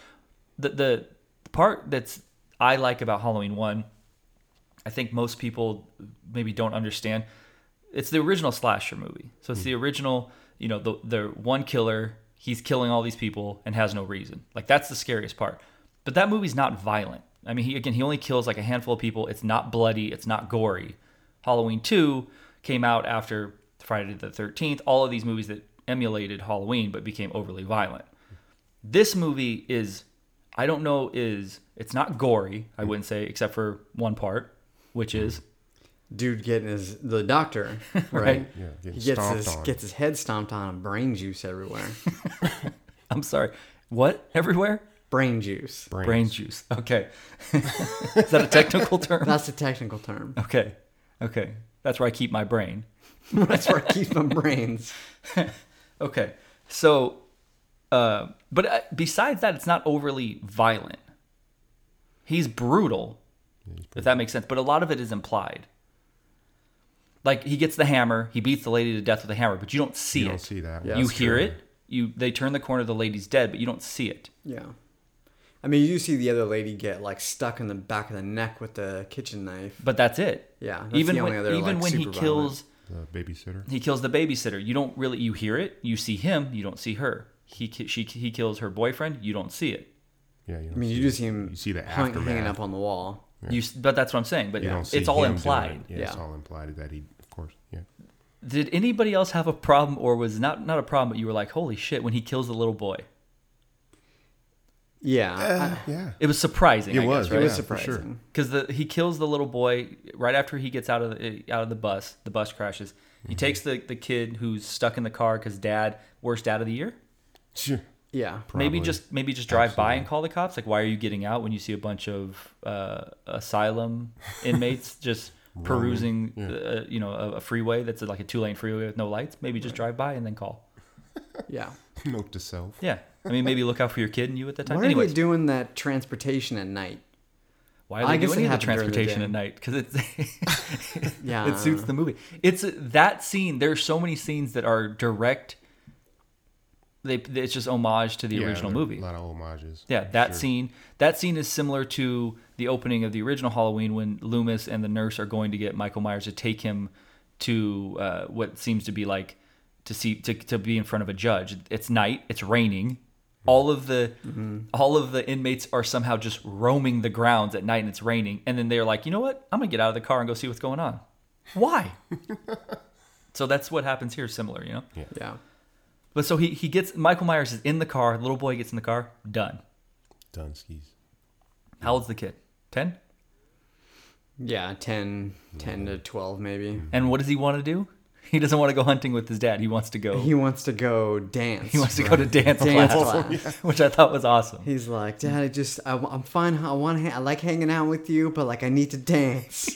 [SPEAKER 1] the the part that's I like about Halloween one I think most people maybe don't understand. It's the original slasher movie. So it's the original, you know, the the one killer, he's killing all these people and has no reason. Like that's the scariest part. But that movie's not violent. I mean, he again, he only kills like a handful of people. It's not bloody, it's not gory. Halloween 2 came out after Friday the 13th, all of these movies that emulated Halloween but became overly violent this movie is i don't know is it's not gory i wouldn't say except for one part which is
[SPEAKER 3] Dude getting his the doctor, Hmm. right?
[SPEAKER 2] Yeah, getting
[SPEAKER 3] He gets
[SPEAKER 2] stomped
[SPEAKER 3] his
[SPEAKER 2] on.
[SPEAKER 3] gets his head stomped on and brain juice everywhere.
[SPEAKER 1] i'm sorry what everywhere
[SPEAKER 3] brain juice.
[SPEAKER 2] Brains.
[SPEAKER 1] brain juice okay is that a technical term
[SPEAKER 3] That's the technical term.
[SPEAKER 1] okay okay that's where i keep my brain
[SPEAKER 3] That's where I keep my brains.
[SPEAKER 1] okay so uh, but uh, besides that it's not overly violent He's brutal, if that makes sense. But a lot of it is implied. Like he gets the hammer, he beats the lady to death with a hammer, but you don't see
[SPEAKER 2] You
[SPEAKER 1] it.
[SPEAKER 2] don't see that.
[SPEAKER 3] Yeah.
[SPEAKER 1] you
[SPEAKER 3] That's
[SPEAKER 1] hear
[SPEAKER 2] true.
[SPEAKER 1] it. You they turn the corner, the lady's dead, but you don't see it.
[SPEAKER 3] Yeah. I mean, you do see the other lady get like stuck in the back of the neck with the kitchen knife.
[SPEAKER 1] But that's it.
[SPEAKER 3] Yeah, that's
[SPEAKER 1] even
[SPEAKER 3] the
[SPEAKER 1] when
[SPEAKER 3] only other,
[SPEAKER 1] even
[SPEAKER 3] like,
[SPEAKER 1] when he
[SPEAKER 3] super
[SPEAKER 1] kills
[SPEAKER 2] The babysitter.
[SPEAKER 1] he kills the babysitter. You don't really you hear it. You see him. You don't see her. He ki- she he kills her boyfriend. You don't see it.
[SPEAKER 2] Yeah. You
[SPEAKER 3] I mean, you do see him
[SPEAKER 2] You see the
[SPEAKER 3] hung- hanging
[SPEAKER 2] aftermath.
[SPEAKER 3] up on the wall.
[SPEAKER 1] You s but that's what I'm saying. But
[SPEAKER 2] You don't see
[SPEAKER 1] it's all
[SPEAKER 2] him doing
[SPEAKER 1] implied.
[SPEAKER 2] it. Yeah, It's
[SPEAKER 3] Yeah.
[SPEAKER 2] all implied that he, of course. Yeah.
[SPEAKER 1] Did anybody else have a problem, or was not not a problem, but you were like, holy shit, when he kills the little boy?
[SPEAKER 3] Yeah. I-
[SPEAKER 2] yeah.
[SPEAKER 1] It was surprising.
[SPEAKER 2] It
[SPEAKER 1] I
[SPEAKER 2] was.
[SPEAKER 1] guess,
[SPEAKER 3] it
[SPEAKER 1] right?
[SPEAKER 2] Uh, yeah,
[SPEAKER 3] Uh, was
[SPEAKER 2] for sure.
[SPEAKER 3] surprising.
[SPEAKER 1] because the he kills the little boy right after he gets out of the eh, out of the bus. The bus crashes.
[SPEAKER 2] Mm-hmm.
[SPEAKER 1] He takes the the kid who's stuck in the car because dad worst dad of the year.
[SPEAKER 2] Sure.
[SPEAKER 3] Yeah.
[SPEAKER 1] Maybe
[SPEAKER 2] Probably.
[SPEAKER 1] just maybe just drive by and call the cops. Like, why are you getting out when you see a bunch of uh, asylum inmates just perusing, uh, you know, a, a freeway that's like a two lane freeway with no lights? Maybe just drive by and then call.
[SPEAKER 3] Yeah.
[SPEAKER 2] Note to self.
[SPEAKER 1] Yeah, I mean, maybe look out for your kid and you at that time.
[SPEAKER 3] Why are
[SPEAKER 1] Anyways,
[SPEAKER 3] they doing that transportation at night?
[SPEAKER 1] Why are
[SPEAKER 3] I
[SPEAKER 1] they
[SPEAKER 3] guess
[SPEAKER 1] doing
[SPEAKER 3] it
[SPEAKER 1] the
[SPEAKER 3] happened during the
[SPEAKER 1] transportation
[SPEAKER 3] day.
[SPEAKER 1] at night? Because it
[SPEAKER 3] Yeah.
[SPEAKER 2] Uh.
[SPEAKER 1] it suits the movie. It's that scene. There are so many scenes that are direct. They it's just homage to the
[SPEAKER 2] Yeah,
[SPEAKER 1] original
[SPEAKER 2] there are
[SPEAKER 1] movie.
[SPEAKER 2] A lot of homages.
[SPEAKER 1] Yeah, that scene. That scene is similar to the opening of the original Halloween when Loomis and the nurse are going to get Michael Myers to take him to uh, what seems to be like to see to, to be in front of a judge. It's night. It's raining. All of the all of the inmates are somehow just roaming the grounds at night and it's raining. And then they're like, you know what? I'm gonna get out of the car and go see what's going on. Why? so that's what happens here. Similar, you know.
[SPEAKER 3] Yeah.
[SPEAKER 1] But so he he gets Michael Myers is in the car. Little boy gets in the car. Done.
[SPEAKER 2] Dunskies.
[SPEAKER 1] How old's the kid? 10?
[SPEAKER 3] Yeah. 10, 10 to 12, maybe.
[SPEAKER 1] And what does he want to do? He doesn't want to go hunting with his dad. He wants to go. He,
[SPEAKER 3] He wants to go dance.
[SPEAKER 1] wants to go to dance,
[SPEAKER 3] Dance
[SPEAKER 1] class,
[SPEAKER 3] class.
[SPEAKER 1] which I thought was awesome.
[SPEAKER 3] He's like, Dad, I just, I, am fine. I want to, ha- I like hanging out with you, but like, I need to dance.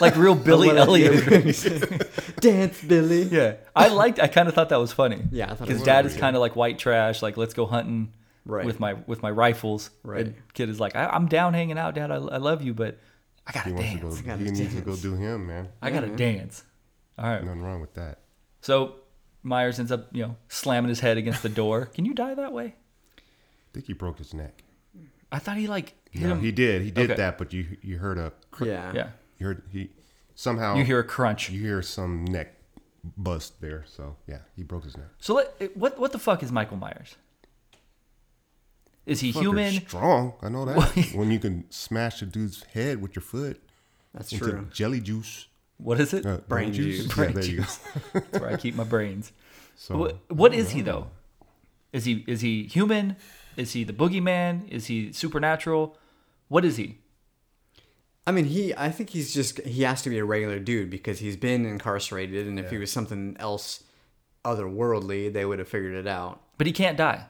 [SPEAKER 1] Like real Billy
[SPEAKER 3] What I
[SPEAKER 1] Elliot.
[SPEAKER 3] do. dance, Billy.
[SPEAKER 1] yeah, I liked. I kind of thought that was funny.
[SPEAKER 3] Yeah, I thought it
[SPEAKER 1] his
[SPEAKER 3] was
[SPEAKER 1] dad
[SPEAKER 3] really
[SPEAKER 1] is kind of like white trash. Like let's go hunting
[SPEAKER 3] Right.
[SPEAKER 1] with my with my rifles.
[SPEAKER 3] Right.
[SPEAKER 1] And kid is like, I, I'm down hanging out, Dad. I, I love you, but I gotta
[SPEAKER 2] He wants to
[SPEAKER 1] dance.
[SPEAKER 2] go.
[SPEAKER 3] gotta
[SPEAKER 2] He needs to go
[SPEAKER 3] dance.
[SPEAKER 2] do him, man.
[SPEAKER 1] I gotta
[SPEAKER 3] Mm-hmm.
[SPEAKER 1] dance. All right.
[SPEAKER 2] Nothing wrong with that.
[SPEAKER 1] So Myers ends up, you know, slamming his head against the door. Can you die that way?
[SPEAKER 2] I think he broke his neck.
[SPEAKER 1] I thought he like hit
[SPEAKER 2] No,
[SPEAKER 1] him.
[SPEAKER 2] he did. He did
[SPEAKER 1] Okay.
[SPEAKER 2] that, but you you heard a cr-
[SPEAKER 3] Yeah.
[SPEAKER 1] yeah.
[SPEAKER 2] you heard he somehow
[SPEAKER 1] Oh. You hear a crunch.
[SPEAKER 2] you hear some neck bust there. So yeah, he broke his neck.
[SPEAKER 1] So let, what what the fuck is Michael Myers? Is he
[SPEAKER 2] Fucker's
[SPEAKER 1] human?
[SPEAKER 2] strong. I know that. when you can smash a dude's head with your foot
[SPEAKER 3] That's
[SPEAKER 2] into
[SPEAKER 3] true.
[SPEAKER 2] jelly juice,
[SPEAKER 1] What is it?
[SPEAKER 2] uh,
[SPEAKER 3] Brain juice.
[SPEAKER 2] Yeah, there you go.
[SPEAKER 1] That's where I keep my brains.
[SPEAKER 2] So
[SPEAKER 1] What, what is he though? Is he is he human? Is he the boogeyman? Is he supernatural? What is he?
[SPEAKER 3] I mean, he. I think he's just. He has to be a regular dude because he's been incarcerated, and if he was something else, otherworldly, they would have figured it out.
[SPEAKER 1] But he can't die.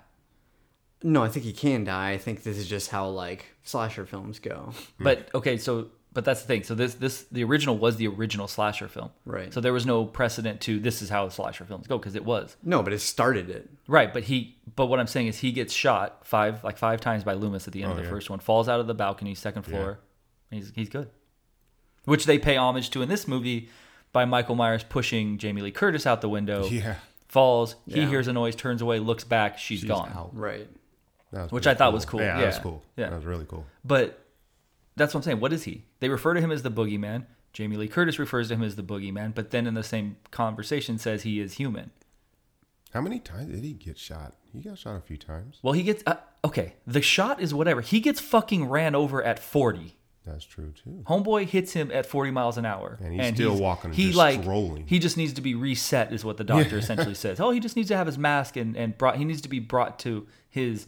[SPEAKER 3] No, I think he can die. I think this is just how like slasher films go.
[SPEAKER 1] But okay, so but that's the thing. So this this the original was the original slasher film.
[SPEAKER 3] Right.
[SPEAKER 1] So there was no precedent to this is how slasher films go because it was.
[SPEAKER 3] No, but it started it.
[SPEAKER 1] Right, but he but what I'm saying is he gets shot five like five times by Loomis at the end of the
[SPEAKER 2] Oh, yeah.
[SPEAKER 1] first one, falls out of the balcony, second floor. and He's he's good. Which they pay homage to in this movie by Michael Myers pushing Jamie Lee Curtis out the window.
[SPEAKER 2] yeah,
[SPEAKER 1] Falls, he
[SPEAKER 3] Yeah.
[SPEAKER 1] hears a noise, turns away, looks back, she's gone.
[SPEAKER 3] Right.
[SPEAKER 2] That was
[SPEAKER 1] Which
[SPEAKER 2] pretty
[SPEAKER 1] I thought was cool.
[SPEAKER 2] Yeah, that was
[SPEAKER 1] Yeah.
[SPEAKER 2] cool.
[SPEAKER 1] Yeah.
[SPEAKER 2] that was really cool.
[SPEAKER 1] But that's what I'm saying. What is he? They refer to him as the boogeyman. Jamie Lee Curtis refers to him as the boogeyman, but then in the same conversation says he is human.
[SPEAKER 2] How many times did he get shot? He got shot a few times.
[SPEAKER 1] Well, he gets uh, okay. The shot is whatever. He gets fucking ran over at 40.
[SPEAKER 2] That's true too.
[SPEAKER 1] Homeboy hits him at 40 miles an hour,
[SPEAKER 2] And he's still walking,
[SPEAKER 1] He
[SPEAKER 2] just
[SPEAKER 1] like
[SPEAKER 2] rolling.
[SPEAKER 1] he just needs to be reset, is what the doctor essentially says. Oh, he just needs to have his mask and and brought. He needs to be brought to his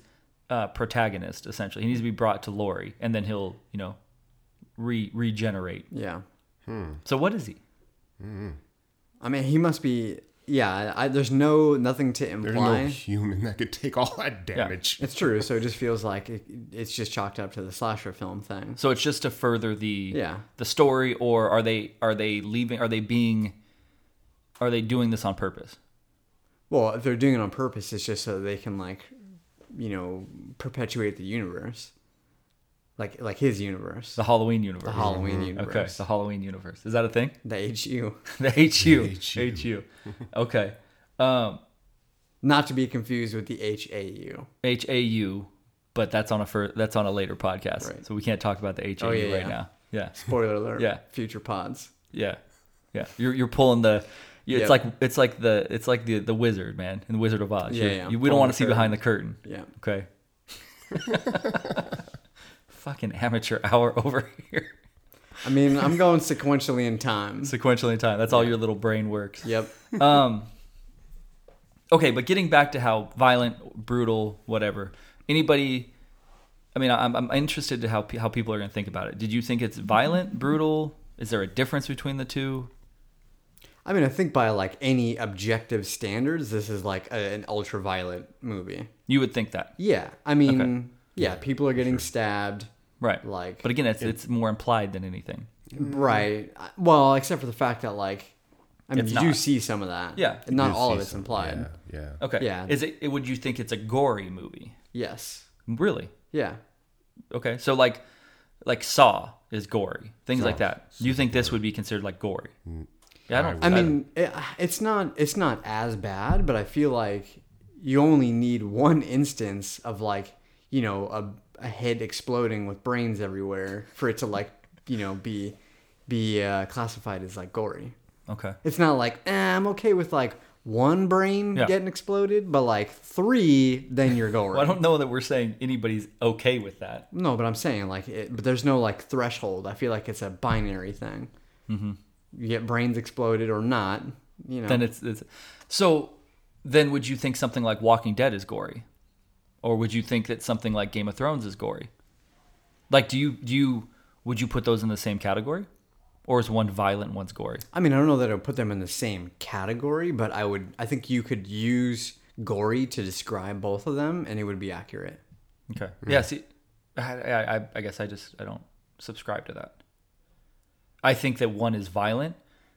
[SPEAKER 1] uh, protagonist essentially. He needs to be brought to Lori, and then he'll you know re regenerate.
[SPEAKER 3] Yeah.
[SPEAKER 1] So what is he?
[SPEAKER 3] I mean, he must be. Yeah. I, there's no nothing to
[SPEAKER 2] There's
[SPEAKER 3] imply.
[SPEAKER 2] no human that could take all that damage.
[SPEAKER 3] It's true. So it just feels like it, it's just chalked up to the slasher film thing.
[SPEAKER 1] So it's just to further the
[SPEAKER 3] Yeah.
[SPEAKER 1] the story, or are they are they leaving? Are they being? Are they doing this on purpose?
[SPEAKER 3] Well, if they're doing it on purpose, it's just so they can like, you know, perpetuate the universe. like like his universe,
[SPEAKER 1] The
[SPEAKER 3] the,
[SPEAKER 1] Halloween universe.
[SPEAKER 3] Halloween universe,
[SPEAKER 1] Okay, the Halloween universe. Is that a thing?
[SPEAKER 3] the HU.
[SPEAKER 1] The HU.
[SPEAKER 2] HU.
[SPEAKER 1] HU. Okay. Um,
[SPEAKER 3] Not to be confused with the HAU.
[SPEAKER 1] HAU, but that's on a fir- that's on a later podcast.
[SPEAKER 3] Right. Oh,
[SPEAKER 1] So we can't talk about the HAU
[SPEAKER 3] yeah,
[SPEAKER 1] right
[SPEAKER 3] yeah.
[SPEAKER 1] now. Yeah.
[SPEAKER 3] Spoiler alert.
[SPEAKER 1] Yeah.
[SPEAKER 3] Future pods.
[SPEAKER 1] Yeah. Yeah. You're you're pulling the you- it's
[SPEAKER 3] Yeah.
[SPEAKER 1] like it's like the it's like the the wizard, man, in the Wizard of Oz.
[SPEAKER 3] Yeah,
[SPEAKER 1] You're-
[SPEAKER 3] yeah,
[SPEAKER 1] You, we don't
[SPEAKER 3] pulling
[SPEAKER 1] want to
[SPEAKER 3] the
[SPEAKER 1] see behind the curtain.
[SPEAKER 3] Yeah.
[SPEAKER 1] Okay. Fucking amateur hour over here.
[SPEAKER 3] I mean, I'm going sequentially in time.
[SPEAKER 1] Sequentially in time. That's all your little brain works.
[SPEAKER 3] Yep.
[SPEAKER 1] um okay but getting back to how violent brutal whatever anybody i mean i'm, I'm interested to how, pe- how people are going to think about it did you think it's violent brutal is there a difference between the two
[SPEAKER 3] I mean, I think by like any objective standards, this is like a, an ultraviolet movie.
[SPEAKER 1] you would think that
[SPEAKER 3] Yeah. I mean,
[SPEAKER 1] Okay.
[SPEAKER 3] yeah, people are getting stabbed.
[SPEAKER 1] right
[SPEAKER 3] Like-
[SPEAKER 1] but again it's, it's more implied than anything
[SPEAKER 3] Right. I- Well, except for the fact that like, I mean,
[SPEAKER 1] It's
[SPEAKER 3] you do
[SPEAKER 1] not.
[SPEAKER 3] see some of that.
[SPEAKER 1] Yeah.
[SPEAKER 3] And not
[SPEAKER 2] You
[SPEAKER 3] all
[SPEAKER 2] see
[SPEAKER 3] of it's
[SPEAKER 2] some-
[SPEAKER 3] implied.
[SPEAKER 2] Yeah. yeah.
[SPEAKER 1] okay
[SPEAKER 3] Yeah.
[SPEAKER 1] is it, it would you think it's a gory movie
[SPEAKER 3] Yes.
[SPEAKER 1] really
[SPEAKER 3] Yeah.
[SPEAKER 1] okay so like like saw is gory things like
[SPEAKER 2] Saw.
[SPEAKER 1] that you think this would be considered like gory yeah i don't
[SPEAKER 3] I mean, it, it's not it's not as bad, but I feel like you only need one instance of like you know a, a head exploding with brains everywhere for it to like you know be be uh, classified as like gory.
[SPEAKER 1] okay
[SPEAKER 3] It's not like eh, I'm okay with like one brain
[SPEAKER 1] Yeah.
[SPEAKER 3] getting exploded, but like three, then you're gory.
[SPEAKER 1] well, i don't know that we're saying anybody's okay with that
[SPEAKER 3] No, but I'm saying like, it, but there's no like threshold. I feel like it's a binary thing. Mm-hmm. You get brains exploded or not, you know.
[SPEAKER 1] then it's, it's so then would you think something like walking dead is gory or would you think that something like game of thrones is gory like do you do you would you put those in the same category or is one violent one's gory
[SPEAKER 3] I mean, I don't know that I would put them in the same category, but I would. I think you could use gory to describe both of them, and it would be accurate.
[SPEAKER 1] okay yeah see I, I I- i guess i just i don't subscribe to that i think that one is violent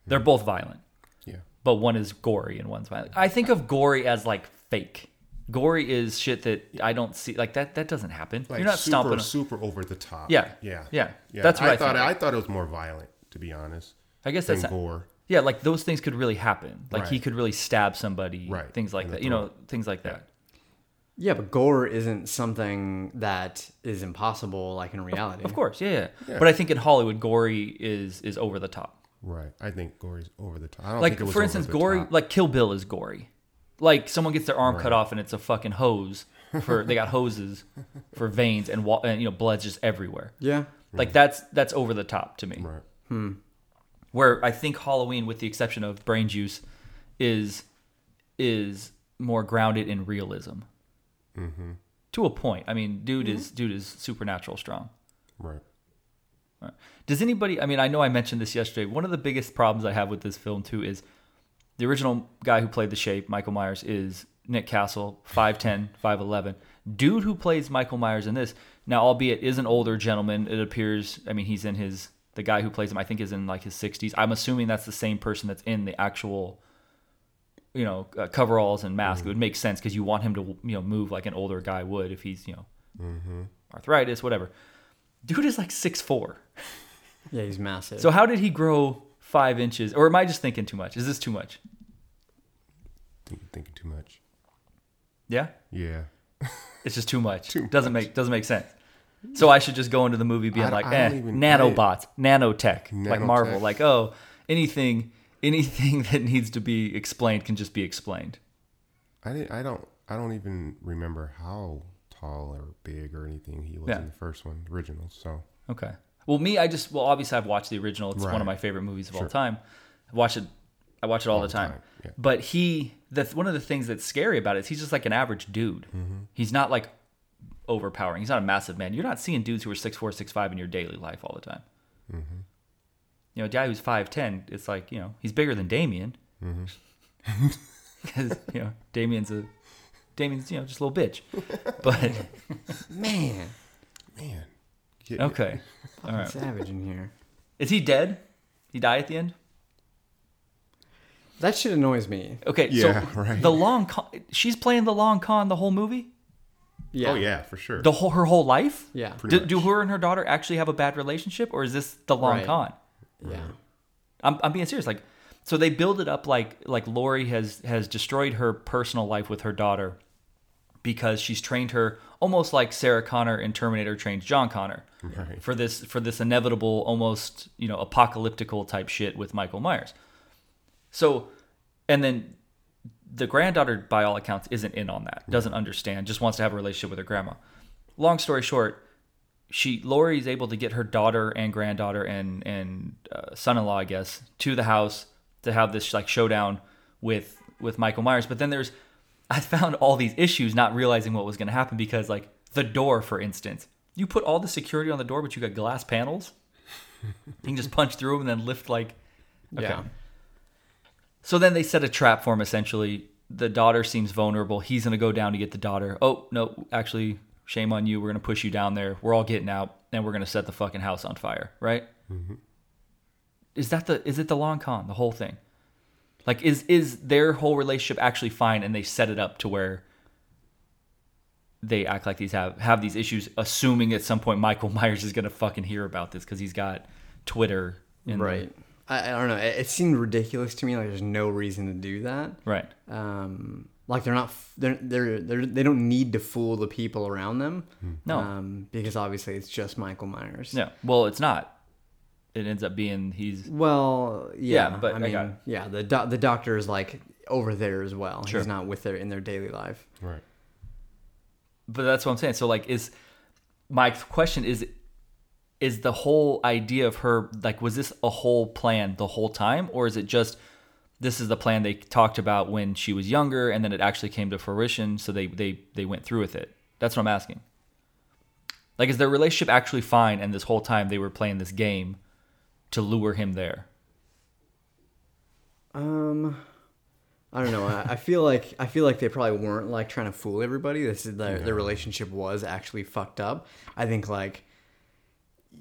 [SPEAKER 1] they're both violent
[SPEAKER 2] Yeah.
[SPEAKER 1] but one is gory and one's violent i think of gory as like fake gory is shit that i don't see like that that doesn't happen
[SPEAKER 2] Like
[SPEAKER 1] you're not
[SPEAKER 2] super,
[SPEAKER 1] stomping on-
[SPEAKER 2] super over the top.
[SPEAKER 1] Yeah.
[SPEAKER 2] Yeah.
[SPEAKER 1] Yeah. That's what I
[SPEAKER 2] thought.
[SPEAKER 1] think.
[SPEAKER 2] I thought it was more violent, to be honest.
[SPEAKER 1] I guess
[SPEAKER 2] than
[SPEAKER 1] that's
[SPEAKER 2] gore.
[SPEAKER 1] yeah, like those things could really happen. Like he
[SPEAKER 2] Right.
[SPEAKER 1] could really stab somebody.
[SPEAKER 2] Right.
[SPEAKER 1] Things like
[SPEAKER 2] In the
[SPEAKER 1] that. You know, things like that.
[SPEAKER 3] Yeah, but gore isn't something that is impossible, like in reality.
[SPEAKER 1] Of course, yeah, yeah. But I think in Hollywood, gory is is over the top.
[SPEAKER 2] Right. I think gory's over the top. I don't
[SPEAKER 1] Like
[SPEAKER 2] think it was
[SPEAKER 1] for
[SPEAKER 2] over
[SPEAKER 1] instance,
[SPEAKER 2] the
[SPEAKER 1] gory,
[SPEAKER 2] top.
[SPEAKER 1] like Kill Bill is gory. Like someone gets their arm cut off and it's a fucking hose for they got hoses for veins and, wa- and you know blood's just everywhere.
[SPEAKER 3] Yeah.
[SPEAKER 1] Like that's that's over the top to me.
[SPEAKER 2] Right.
[SPEAKER 1] where I think Halloween, with the exception of Brain Juice, is is more grounded in realism. Mm-hmm. To a point. I mean, dude is dude is supernatural strong.
[SPEAKER 2] Right.
[SPEAKER 1] Right. Does anybody? I mean, I know I mentioned this yesterday. One of the biggest problems I have with this film too is the original guy who played the Shape, Michael Myers, is Nick Castle, 5'10", 5'11". Dude who plays Michael Myers in this now, albeit is an older gentleman. It appears. I mean, he's in his the guy who plays him. I think is in like his sixties. I'm assuming that's the same person that's in the actual. You know, uh, coveralls and mask. It would make sense because you want him to, you know, move like an older guy would if he's, you know, arthritis, whatever. Dude is like six four.
[SPEAKER 3] Yeah, he's massive.
[SPEAKER 1] So how did he grow five inches? Or am I just thinking too much? Is this too much?
[SPEAKER 2] Think, thinking too much.
[SPEAKER 1] Yeah,
[SPEAKER 2] Yeah.
[SPEAKER 1] it's just too much. doesn't make doesn't make sense. So I should just go into the movie being
[SPEAKER 2] I-
[SPEAKER 1] like,
[SPEAKER 2] I
[SPEAKER 1] eh,
[SPEAKER 2] don't even-
[SPEAKER 1] nanobots, nanotech, like
[SPEAKER 2] Nanotech.
[SPEAKER 1] Marvel, like oh, anything, anything that needs to be explained can just be explained.
[SPEAKER 2] I didn't. I don't. I don't even remember how tall or big or anything he was
[SPEAKER 1] Yeah.
[SPEAKER 2] in the first one, the original. So
[SPEAKER 1] Okay. Well, me, I just well, obviously I've watched the original. It's one
[SPEAKER 2] Right.
[SPEAKER 1] of my favorite movies of all time. I watch it. I watch it all, the time.
[SPEAKER 2] time, yeah.
[SPEAKER 1] But he, that's one of the things that's scary about it is he's just like an average dude. He's not like overpowering. He's not a massive man. You're not seeing dudes who are six four, six five in your daily life all the time. Mm-hmm. You know, a guy who's five ten, it's like you know he's bigger than Damien. Mm-hmm. Because you know Damien's a Damien's you know just a little bitch, but
[SPEAKER 3] man,
[SPEAKER 2] man, get-
[SPEAKER 1] okay.
[SPEAKER 3] fucking savage in here.
[SPEAKER 1] Is he dead? He die at the end?
[SPEAKER 3] That shit annoys me.
[SPEAKER 1] Okay,
[SPEAKER 2] Yeah,
[SPEAKER 1] so
[SPEAKER 2] right.
[SPEAKER 1] the long con, she's playing the long con the whole movie?
[SPEAKER 3] Yeah.
[SPEAKER 2] Oh yeah, for sure.
[SPEAKER 1] The whole her whole life.
[SPEAKER 3] Yeah.
[SPEAKER 2] Pretty
[SPEAKER 1] Do, do her and her daughter actually have a bad relationship, or is this the long
[SPEAKER 3] Right.
[SPEAKER 1] con?
[SPEAKER 3] Yeah.
[SPEAKER 1] I'm, I'm being serious. Like, so they build it up like like Lori has has destroyed her personal life with her daughter because she's trained her almost like Sarah Connor in Terminator trained John Connor
[SPEAKER 2] Right.
[SPEAKER 1] for this for this inevitable, almost you know apocalyptical type shit with Michael Myers. So, and then the granddaughter, by all accounts, isn't in on that. Doesn't understand. Just wants to have a relationship with her grandma. Long story short, she Lori's able to get her daughter and granddaughter and and uh, son-in-law, I guess, to the house to have this like showdown with with Michael Myers. But then there's I found all these issues not realizing what was going to happen because like the door, for instance, you put all the security on the door, but you got glass panels. you can just punch through them and then lift like
[SPEAKER 3] Yeah.
[SPEAKER 1] so then they set a trap for him essentially. The daughter seems vulnerable. He's going to go down to get the daughter. Oh, no, actually, shame on you. We're going to push you down there. We're all getting out and we're going to set the fucking house on fire, right? Is that the is it the long con, the whole thing? Like is is their whole relationship actually fine and they set it up to where they act like these have have these issues assuming at some point Michael Myers is going to fucking hear about this cuz he's got Twitter in the-
[SPEAKER 3] Right. I, I don't know. It, it seemed ridiculous to me. Like there's no reason to do that.
[SPEAKER 1] right.
[SPEAKER 3] Um, like they're not. f- They're they're, they're they don't need to fool the people around them.
[SPEAKER 2] Hmm.
[SPEAKER 1] No.
[SPEAKER 3] Um, because obviously it's just Michael Myers.
[SPEAKER 1] Yeah. Well, it's not. It ends up being he's
[SPEAKER 3] Well, yeah,
[SPEAKER 1] Yeah, but
[SPEAKER 3] I
[SPEAKER 1] I
[SPEAKER 3] mean,
[SPEAKER 1] got it.
[SPEAKER 3] yeah, the do- the doctor is like over there as well.
[SPEAKER 1] Sure.
[SPEAKER 3] He's not with their in their daily life.
[SPEAKER 2] Right.
[SPEAKER 1] but that's what I'm saying. So like is my question is is the whole idea of her like was this a whole plan the whole time or is it just this is the plan they talked about when she was younger and then it actually came to fruition so they they they went through with it. That's what I'm asking. Like is their relationship actually fine and this whole time they were playing this game to lure him there?
[SPEAKER 3] Um, I don't know. I, I feel like I feel like they probably weren't like trying to fool everybody. This is their their relationship was actually fucked up. I think like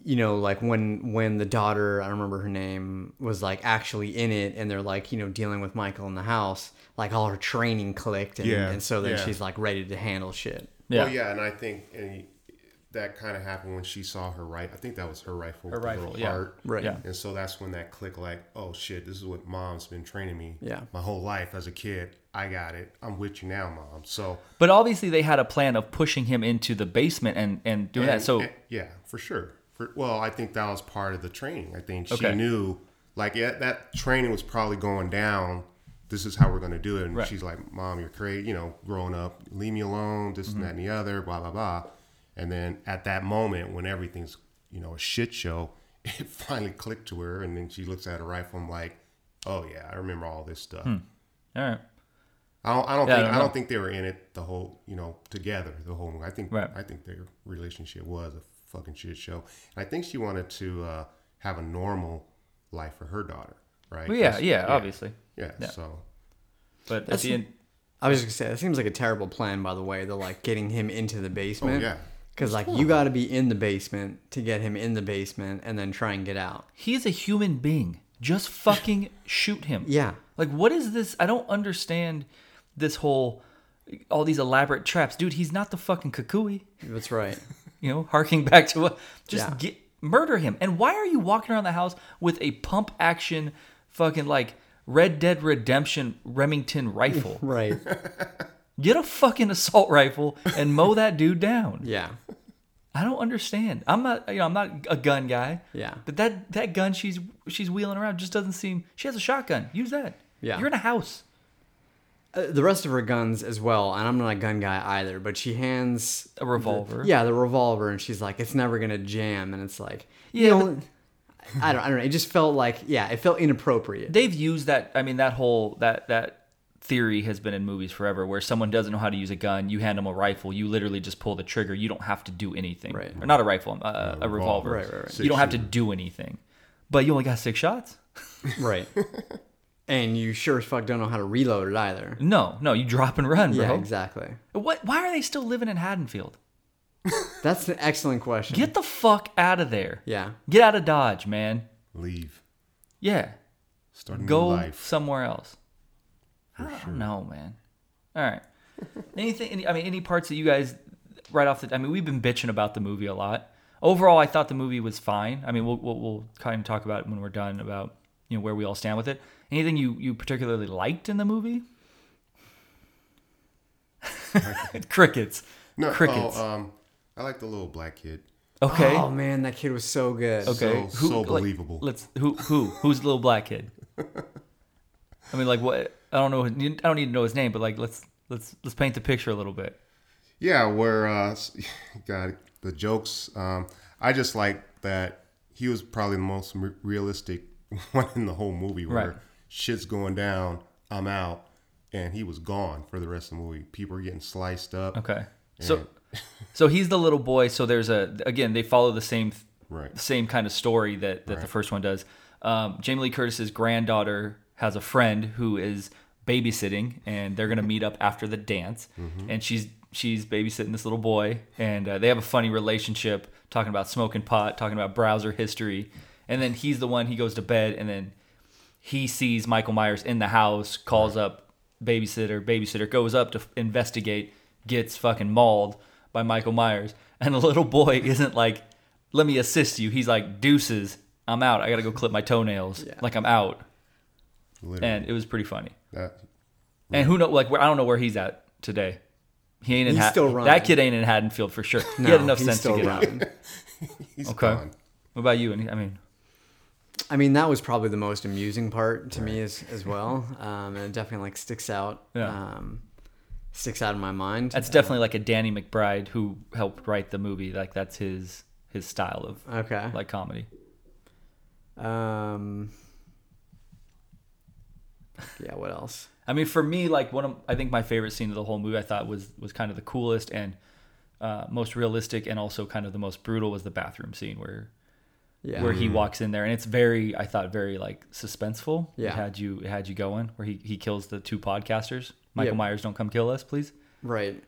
[SPEAKER 3] you know like when when the daughter i don't remember her name was like actually in it and they're like you know dealing with michael in the house like all her training clicked and,
[SPEAKER 2] Yeah,
[SPEAKER 3] and so then
[SPEAKER 2] yeah.
[SPEAKER 3] she's like ready to handle shit
[SPEAKER 1] Yeah.
[SPEAKER 2] Well, Oh, yeah, and I think and that kind of happened when she saw her right. I think that was her rifle. Her
[SPEAKER 1] rifle, yeah.
[SPEAKER 2] Heart.
[SPEAKER 3] Right. Yeah.
[SPEAKER 2] And so that's when that click, like, oh shit, this is what mom's been training me.
[SPEAKER 3] Yeah.
[SPEAKER 2] My whole life as a kid, I got it. I'm with you now, mom. So
[SPEAKER 1] But obviously, they had a plan of pushing him into the basement and and doing
[SPEAKER 2] And-
[SPEAKER 1] that. So
[SPEAKER 2] and- yeah, for sure. For, well, I think that was part of the training. I think she
[SPEAKER 1] Okay.
[SPEAKER 2] knew, like, yeah, that training was probably going down. This is how we're going to do it. And
[SPEAKER 1] Right.
[SPEAKER 2] she's like, "Mom, you're crazy. You know, growing up, leave me alone. This
[SPEAKER 1] Mm-hmm.
[SPEAKER 2] and that and the other. Blah blah blah." And then at that moment, when everything's you know a shit show, it finally clicked to her. And then she looks at her rifle. and like, "Oh yeah, I remember all this stuff."
[SPEAKER 1] Hmm. all right,
[SPEAKER 2] I don't, I don't
[SPEAKER 1] Yeah, I
[SPEAKER 2] think I
[SPEAKER 1] don't
[SPEAKER 2] don't,
[SPEAKER 1] know.
[SPEAKER 2] think they were in it the whole you know together the whole movie. I think
[SPEAKER 1] Right.
[SPEAKER 2] I think their relationship was a fucking shit show. And I think she wanted to uh, have a normal life for her daughter, right?
[SPEAKER 1] well, yeah,
[SPEAKER 2] That's-
[SPEAKER 1] yeah, obviously.
[SPEAKER 2] yeah,
[SPEAKER 1] yeah.
[SPEAKER 2] So
[SPEAKER 1] But
[SPEAKER 3] That's-
[SPEAKER 1] at the end,
[SPEAKER 3] I was just gonna say that seems like a terrible plan, by the way. The like getting him into the basement.
[SPEAKER 2] yeah.
[SPEAKER 3] Because like you got to be in the basement to get him in the basement and then try and get out.
[SPEAKER 1] he's a human being. Just fucking shoot him.
[SPEAKER 3] Yeah.
[SPEAKER 1] Like, what is this? I don't understand this whole all these elaborate traps, dude. He's not the fucking Kakui.
[SPEAKER 3] That's right.
[SPEAKER 1] You know, harking back to what? Just
[SPEAKER 3] Yeah.
[SPEAKER 1] get murder him. And why are you walking around the house with a pump action fucking like Red Dead Redemption Remington rifle?
[SPEAKER 3] right.
[SPEAKER 1] Get a fucking assault rifle and mow that dude down.
[SPEAKER 3] Yeah.
[SPEAKER 1] I don't understand. I'm not, you know, I'm not a gun guy.
[SPEAKER 3] Yeah.
[SPEAKER 1] But that that gun she's she's wheeling around just doesn't seem. She has a shotgun. Use that.
[SPEAKER 3] Yeah.
[SPEAKER 1] You're in a house.
[SPEAKER 3] Uh, the rest of her guns as well, and I'm not a gun guy either. But she hands
[SPEAKER 1] A revolver.
[SPEAKER 3] yeah the revolver, and she's like, "It's never gonna jam," and it's like,
[SPEAKER 1] Yeah,
[SPEAKER 3] you know, I don't, I don't know. It just felt like, yeah, it felt inappropriate.
[SPEAKER 1] They've used that. I mean, that whole that that theory has been in movies forever, where someone doesn't know how to use a gun. You hand them a rifle. You literally just pull the trigger. You don't have to do anything.
[SPEAKER 3] Right.
[SPEAKER 1] Or not a rifle. Uh, a revolver.
[SPEAKER 2] revolver.
[SPEAKER 3] Right, right, right.
[SPEAKER 1] You don't have to do anything. But you only got six shots.
[SPEAKER 3] right. And you sure as fuck don't know how to reload it either.
[SPEAKER 1] No, no. You drop and run, bro.
[SPEAKER 3] Yeah, exactly.
[SPEAKER 1] What? Why are they still living in Haddonfield?
[SPEAKER 3] That's an excellent question.
[SPEAKER 1] Get the fuck out of there.
[SPEAKER 3] yeah.
[SPEAKER 1] Get out of Dodge, man.
[SPEAKER 2] leave,
[SPEAKER 1] Yeah.
[SPEAKER 2] start a new
[SPEAKER 1] Go
[SPEAKER 2] life.
[SPEAKER 1] somewhere else. I don't know, man. All right. Anything? Any, I mean, any parts that you guys right off the. I mean, we've been bitching about the movie a lot. Overall, I thought the movie was fine. I mean, we'll we'll, we'll kind of talk about it when we're done about you know where we all stand with it. Anything you you particularly liked in the movie? Crickets.
[SPEAKER 2] No,
[SPEAKER 1] Crickets.
[SPEAKER 2] Oh, um, I like the little black kid.
[SPEAKER 1] Okay.
[SPEAKER 3] Oh man, that kid was so good.
[SPEAKER 1] okay.
[SPEAKER 2] so- so believable.
[SPEAKER 1] Let's who who who's the little black kid? I mean, like what? I don't know. I don't need to know his name, but like let's let's let's paint the picture a little bit.
[SPEAKER 2] Yeah, where uh, God, the jokes. Um, I just like that he was probably the most m realistic one in the whole movie. Where
[SPEAKER 1] Right.
[SPEAKER 2] shit's going down, I'm out, and he was gone for the rest of the movie. People are getting sliced up.
[SPEAKER 1] Okay. So so he's the little boy. So there's a again they follow the same
[SPEAKER 2] Right.
[SPEAKER 1] same kind of story that that the first one does. Um, Jamie Lee Curtis's granddaughter has a friend who is babysitting, and they're gonna meet up after the dance, and she's she's babysitting this little boy, and uh, they have a funny relationship, talking about smoking pot, talking about browser history, and then he's the one he goes to bed, and then he sees Michael Myers in the house, calls up babysitter, babysitter goes up to investigate, gets fucking mauled by Michael Myers, and the little boy isn't like, "Let me assist you." He's like, "Deuces, I'm out. I gotta go clip my toenails.
[SPEAKER 3] Yeah.
[SPEAKER 1] Like I'm out."
[SPEAKER 2] Literally.
[SPEAKER 1] And it was pretty funny.
[SPEAKER 2] that,
[SPEAKER 1] And who know? Like where, I don't know where he's at today. He ain't in
[SPEAKER 3] He's
[SPEAKER 1] Hat-
[SPEAKER 3] still running.
[SPEAKER 1] That kid ain't in Haddonfield for sure. he had enough
[SPEAKER 3] he's
[SPEAKER 1] sense to
[SPEAKER 3] still
[SPEAKER 1] get out.
[SPEAKER 3] running.
[SPEAKER 2] he's
[SPEAKER 1] Okay.
[SPEAKER 2] gone.
[SPEAKER 1] What about you? Any- I mean,
[SPEAKER 3] I mean, that was probably the most amusing part to me as, as well. Um, and it definitely like sticks out.
[SPEAKER 1] Yeah.
[SPEAKER 3] Um, sticks out in my mind.
[SPEAKER 1] that's definitely like a Danny McBride who helped write the movie. Like that's his his style of
[SPEAKER 3] okay.
[SPEAKER 1] like comedy.
[SPEAKER 3] Um, yeah. What else?
[SPEAKER 1] I mean, for me, like one of I think my favorite scene of the whole movie, I thought was was kind of the coolest and uh, most realistic, and also kind of the most brutal was the bathroom scene where
[SPEAKER 3] Yeah.
[SPEAKER 1] where he walks in there, and it's very I thought very like suspenseful.
[SPEAKER 3] Yeah.
[SPEAKER 1] it had you it had you going where he he kills the two podcasters. Michael
[SPEAKER 3] Yeah.
[SPEAKER 1] Myers, don't come kill us, please.
[SPEAKER 3] Right.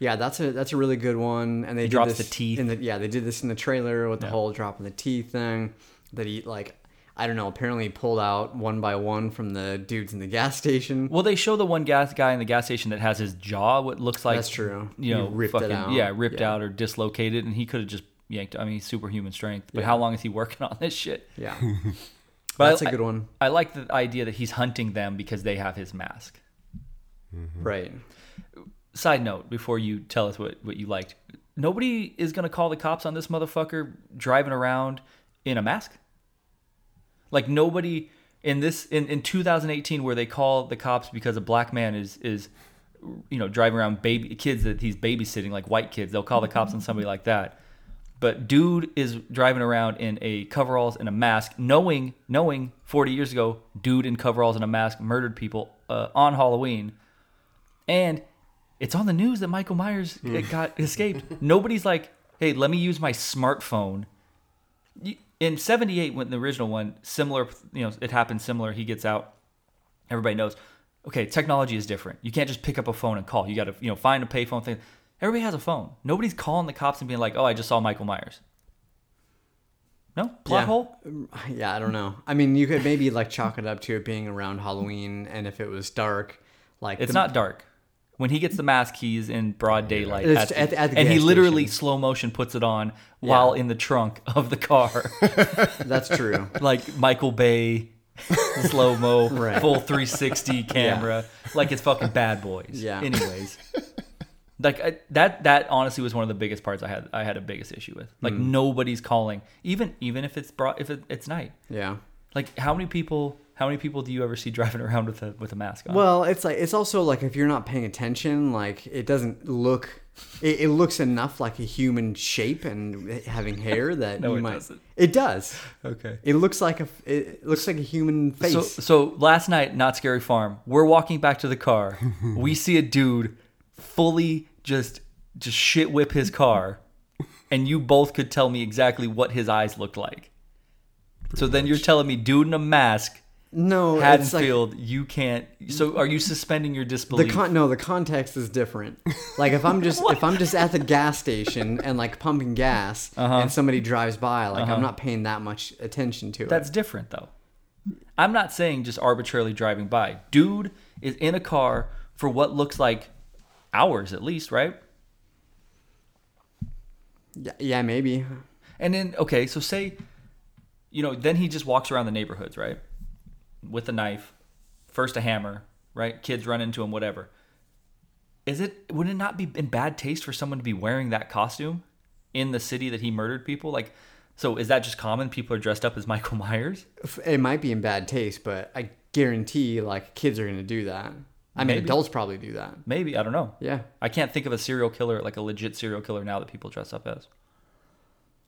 [SPEAKER 3] Yeah, that's a that's a really good one. And they did
[SPEAKER 1] drops
[SPEAKER 3] this
[SPEAKER 1] the teeth.
[SPEAKER 3] In the, yeah, they did this in the trailer with the whole dropping the teeth thing. That he like, I don't know. Apparently, he pulled out one by one from the dudes in the gas station.
[SPEAKER 1] Well, they show the one gas guy in the gas station that has his jaw what looks like
[SPEAKER 3] That's true.
[SPEAKER 1] You
[SPEAKER 3] He
[SPEAKER 1] know,
[SPEAKER 3] ripped it
[SPEAKER 1] fucking,
[SPEAKER 3] out.
[SPEAKER 1] Yeah, ripped
[SPEAKER 3] Yeah.
[SPEAKER 1] out or dislocated, and he could have just yanked. I mean, superhuman strength. But how long is he working on this shit?
[SPEAKER 3] Yeah,
[SPEAKER 1] But I-
[SPEAKER 3] that's a good one.
[SPEAKER 1] I like the idea that he's hunting them because they have his mask.
[SPEAKER 3] Right.
[SPEAKER 1] Side note before you tell us what, what you liked. Nobody is going to call the cops on this motherfucker driving around in a mask. Like nobody in this in, in 2018 where they call the cops because a black man is is you know driving around baby kids that he's babysitting like white kids. They'll call the cops on somebody like that. But dude is driving around in a coveralls and a mask, knowing knowing 40 years ago, dude in coveralls and a mask murdered people uh, on Halloween, and it's on the news that Michael Myers uh, got escaped. Nobody's like, hey, let me use my smartphone. You- In '78, when the original one, similar, you know, it happened similar. He gets out everybody knows okay technology is different you can't just pick up a phone and call you gotta you know find a payphone thing everybody has a phone nobody's calling the cops and being like oh i just saw michael myers no plot
[SPEAKER 3] yeah. Mm,
[SPEAKER 1] hole
[SPEAKER 3] Yeah, I don't know. I mean, you could maybe like chalk it up to it being around Halloween, and if it was dark, like
[SPEAKER 1] it's
[SPEAKER 3] the-
[SPEAKER 1] not dark when he gets the mask he's in broad daylight
[SPEAKER 3] It's at the- at the
[SPEAKER 1] and he
[SPEAKER 3] gas
[SPEAKER 1] literally slow motion puts it on while in the trunk of the car
[SPEAKER 3] That's true.
[SPEAKER 1] like michael bay slow mo
[SPEAKER 3] Right.
[SPEAKER 1] full 360 camera like it's fucking bad boys
[SPEAKER 3] Yeah.
[SPEAKER 1] anyways like I, that that honestly was one of the biggest parts i had i had a biggest issue with like
[SPEAKER 3] Mm.
[SPEAKER 1] nobody's calling even even if it's brought if it, it's night
[SPEAKER 3] Yeah.
[SPEAKER 1] like how many people how many people do you ever see driving around with a with a mask on
[SPEAKER 3] Well, it's like it's also like if you're not paying attention, like it doesn't look. It, it looks enough like a human shape and having hair that
[SPEAKER 1] No,
[SPEAKER 3] you
[SPEAKER 1] it
[SPEAKER 3] might.
[SPEAKER 1] doesn't.
[SPEAKER 3] It does.
[SPEAKER 1] okay
[SPEAKER 3] It looks like a. It looks like a human face.
[SPEAKER 1] so, so last night, not scary farm. We're walking back to the car. we see a dude fully just just shit whip his car, and you both could tell me exactly what his eyes looked like. so then you're telling me, dude in a mask,
[SPEAKER 3] no, it's like
[SPEAKER 1] Haddonfield, you can't. So are you suspending your
[SPEAKER 3] the
[SPEAKER 1] disbelief?
[SPEAKER 3] con. No, the context is different. Like if I'm just if I'm just at the gas station and like pumping gas
[SPEAKER 1] Uh-huh.
[SPEAKER 3] and somebody drives by, like I'm not paying that much attention to it.
[SPEAKER 1] That's different though. I'm not saying just arbitrarily driving by. Dude is in a car for what looks like hours at least, right?
[SPEAKER 3] Yeah, yeah, maybe.
[SPEAKER 1] And then okay, so say, you know, then he just walks around the neighborhoods, right, with a knife, first a hammer, right? Kids run into him, whatever. Is it would it not be in bad taste for someone to be wearing that costume in the city that he murdered people? Like, so is that just common? People are dressed up as Michael Myers.
[SPEAKER 3] F- It might be in bad taste, but I guarantee like kids are gonna do that. I mean,
[SPEAKER 1] Maybe.
[SPEAKER 3] adults probably do that.
[SPEAKER 1] Maybe I don't know.
[SPEAKER 3] Yeah.
[SPEAKER 1] I can't think of a serial killer like a legit serial killer now that people dress up as.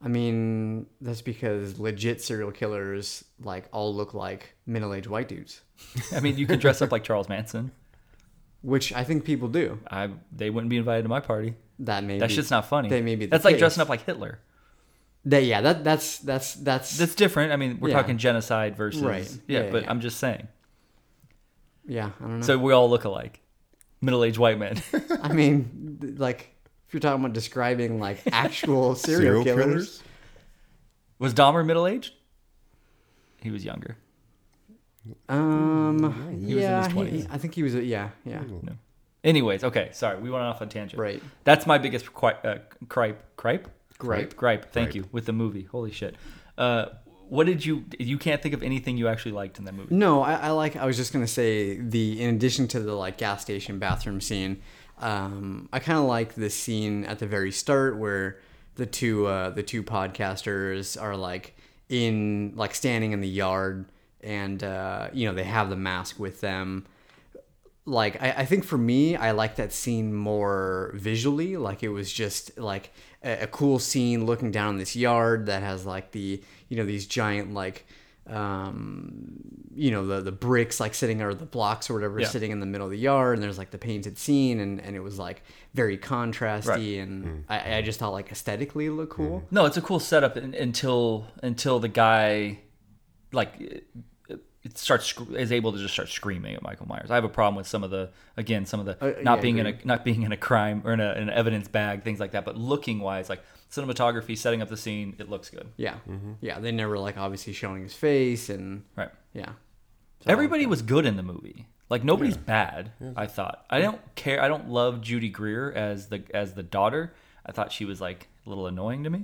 [SPEAKER 3] I mean, that's because legit serial killers like all look like middle-aged white dudes,
[SPEAKER 1] I mean, you can dress up like Charles Manson.
[SPEAKER 3] which I think people do.
[SPEAKER 1] I they wouldn't be invited to my party.
[SPEAKER 3] That may
[SPEAKER 1] That
[SPEAKER 3] be,
[SPEAKER 1] shit's not funny.
[SPEAKER 3] That may be the
[SPEAKER 1] That's like
[SPEAKER 3] case.
[SPEAKER 1] dressing up like Hitler.
[SPEAKER 3] That yeah, that that's that's that's,
[SPEAKER 1] That's different. I mean, we're
[SPEAKER 3] Yeah.
[SPEAKER 1] talking genocide versus
[SPEAKER 3] Right.
[SPEAKER 1] Yeah,
[SPEAKER 3] Yeah,
[SPEAKER 1] but
[SPEAKER 3] yeah.
[SPEAKER 1] I'm just saying.
[SPEAKER 3] yeah. I don't know.
[SPEAKER 1] So we all look alike. Middle-aged white men.
[SPEAKER 3] I mean, th- like if you're talking about describing like actual
[SPEAKER 2] Serial
[SPEAKER 3] serial, killers,
[SPEAKER 2] killers?
[SPEAKER 1] was Dahmer middle-aged? He was younger.
[SPEAKER 3] um,
[SPEAKER 1] He was in
[SPEAKER 3] yeah,
[SPEAKER 1] his
[SPEAKER 3] he-
[SPEAKER 1] 20s.
[SPEAKER 3] I think he was. A, yeah, yeah,
[SPEAKER 1] No. Anyways, okay, sorry, we went off on a tangent.
[SPEAKER 3] right.
[SPEAKER 1] That's my biggest qui- uh, cripe. Cripe?
[SPEAKER 3] Gripe.
[SPEAKER 1] Gripe. Thank you. With the movie. Holy shit. Uh, what did you? You can't think of anything you actually liked in that movie.
[SPEAKER 3] No, I, I like. I was just gonna say the in addition to the like gas station bathroom scene, um, I kind of like the scene at the very start where the two uh, the two podcasters are like in like standing in the yard, and uh, you know they have the mask with them. like I, I think for me i like that scene more visually like it was just like a, a cool scene looking down on this yard that has like the you know these giant like um you know the the bricks like sitting or the blocks or whatever
[SPEAKER 1] Yeah.
[SPEAKER 3] sitting in the middle of the yard and there's like the painted scene and and it was like very contrasty
[SPEAKER 1] Right.
[SPEAKER 3] and I, I just thought like aesthetically it looked cool
[SPEAKER 1] No, it's a cool setup un- until until the guy, like, it- it starts sc- is able to just start screaming at Michael Myers. I have a problem with some of the again some of the
[SPEAKER 3] Uh,
[SPEAKER 1] not
[SPEAKER 3] yeah,
[SPEAKER 1] being in a not being in a crime or in, a, in an evidence bag things like that. But looking wise, like cinematography, setting up the scene, it looks good.
[SPEAKER 3] yeah yeah they never like obviously showing his face and
[SPEAKER 1] Right.
[SPEAKER 3] yeah So I like
[SPEAKER 1] Everybody was good in the movie. Like nobody's bad. I thought. I don't care. I don't love Judy Greer as the as the daughter. I thought she was like a little annoying to me.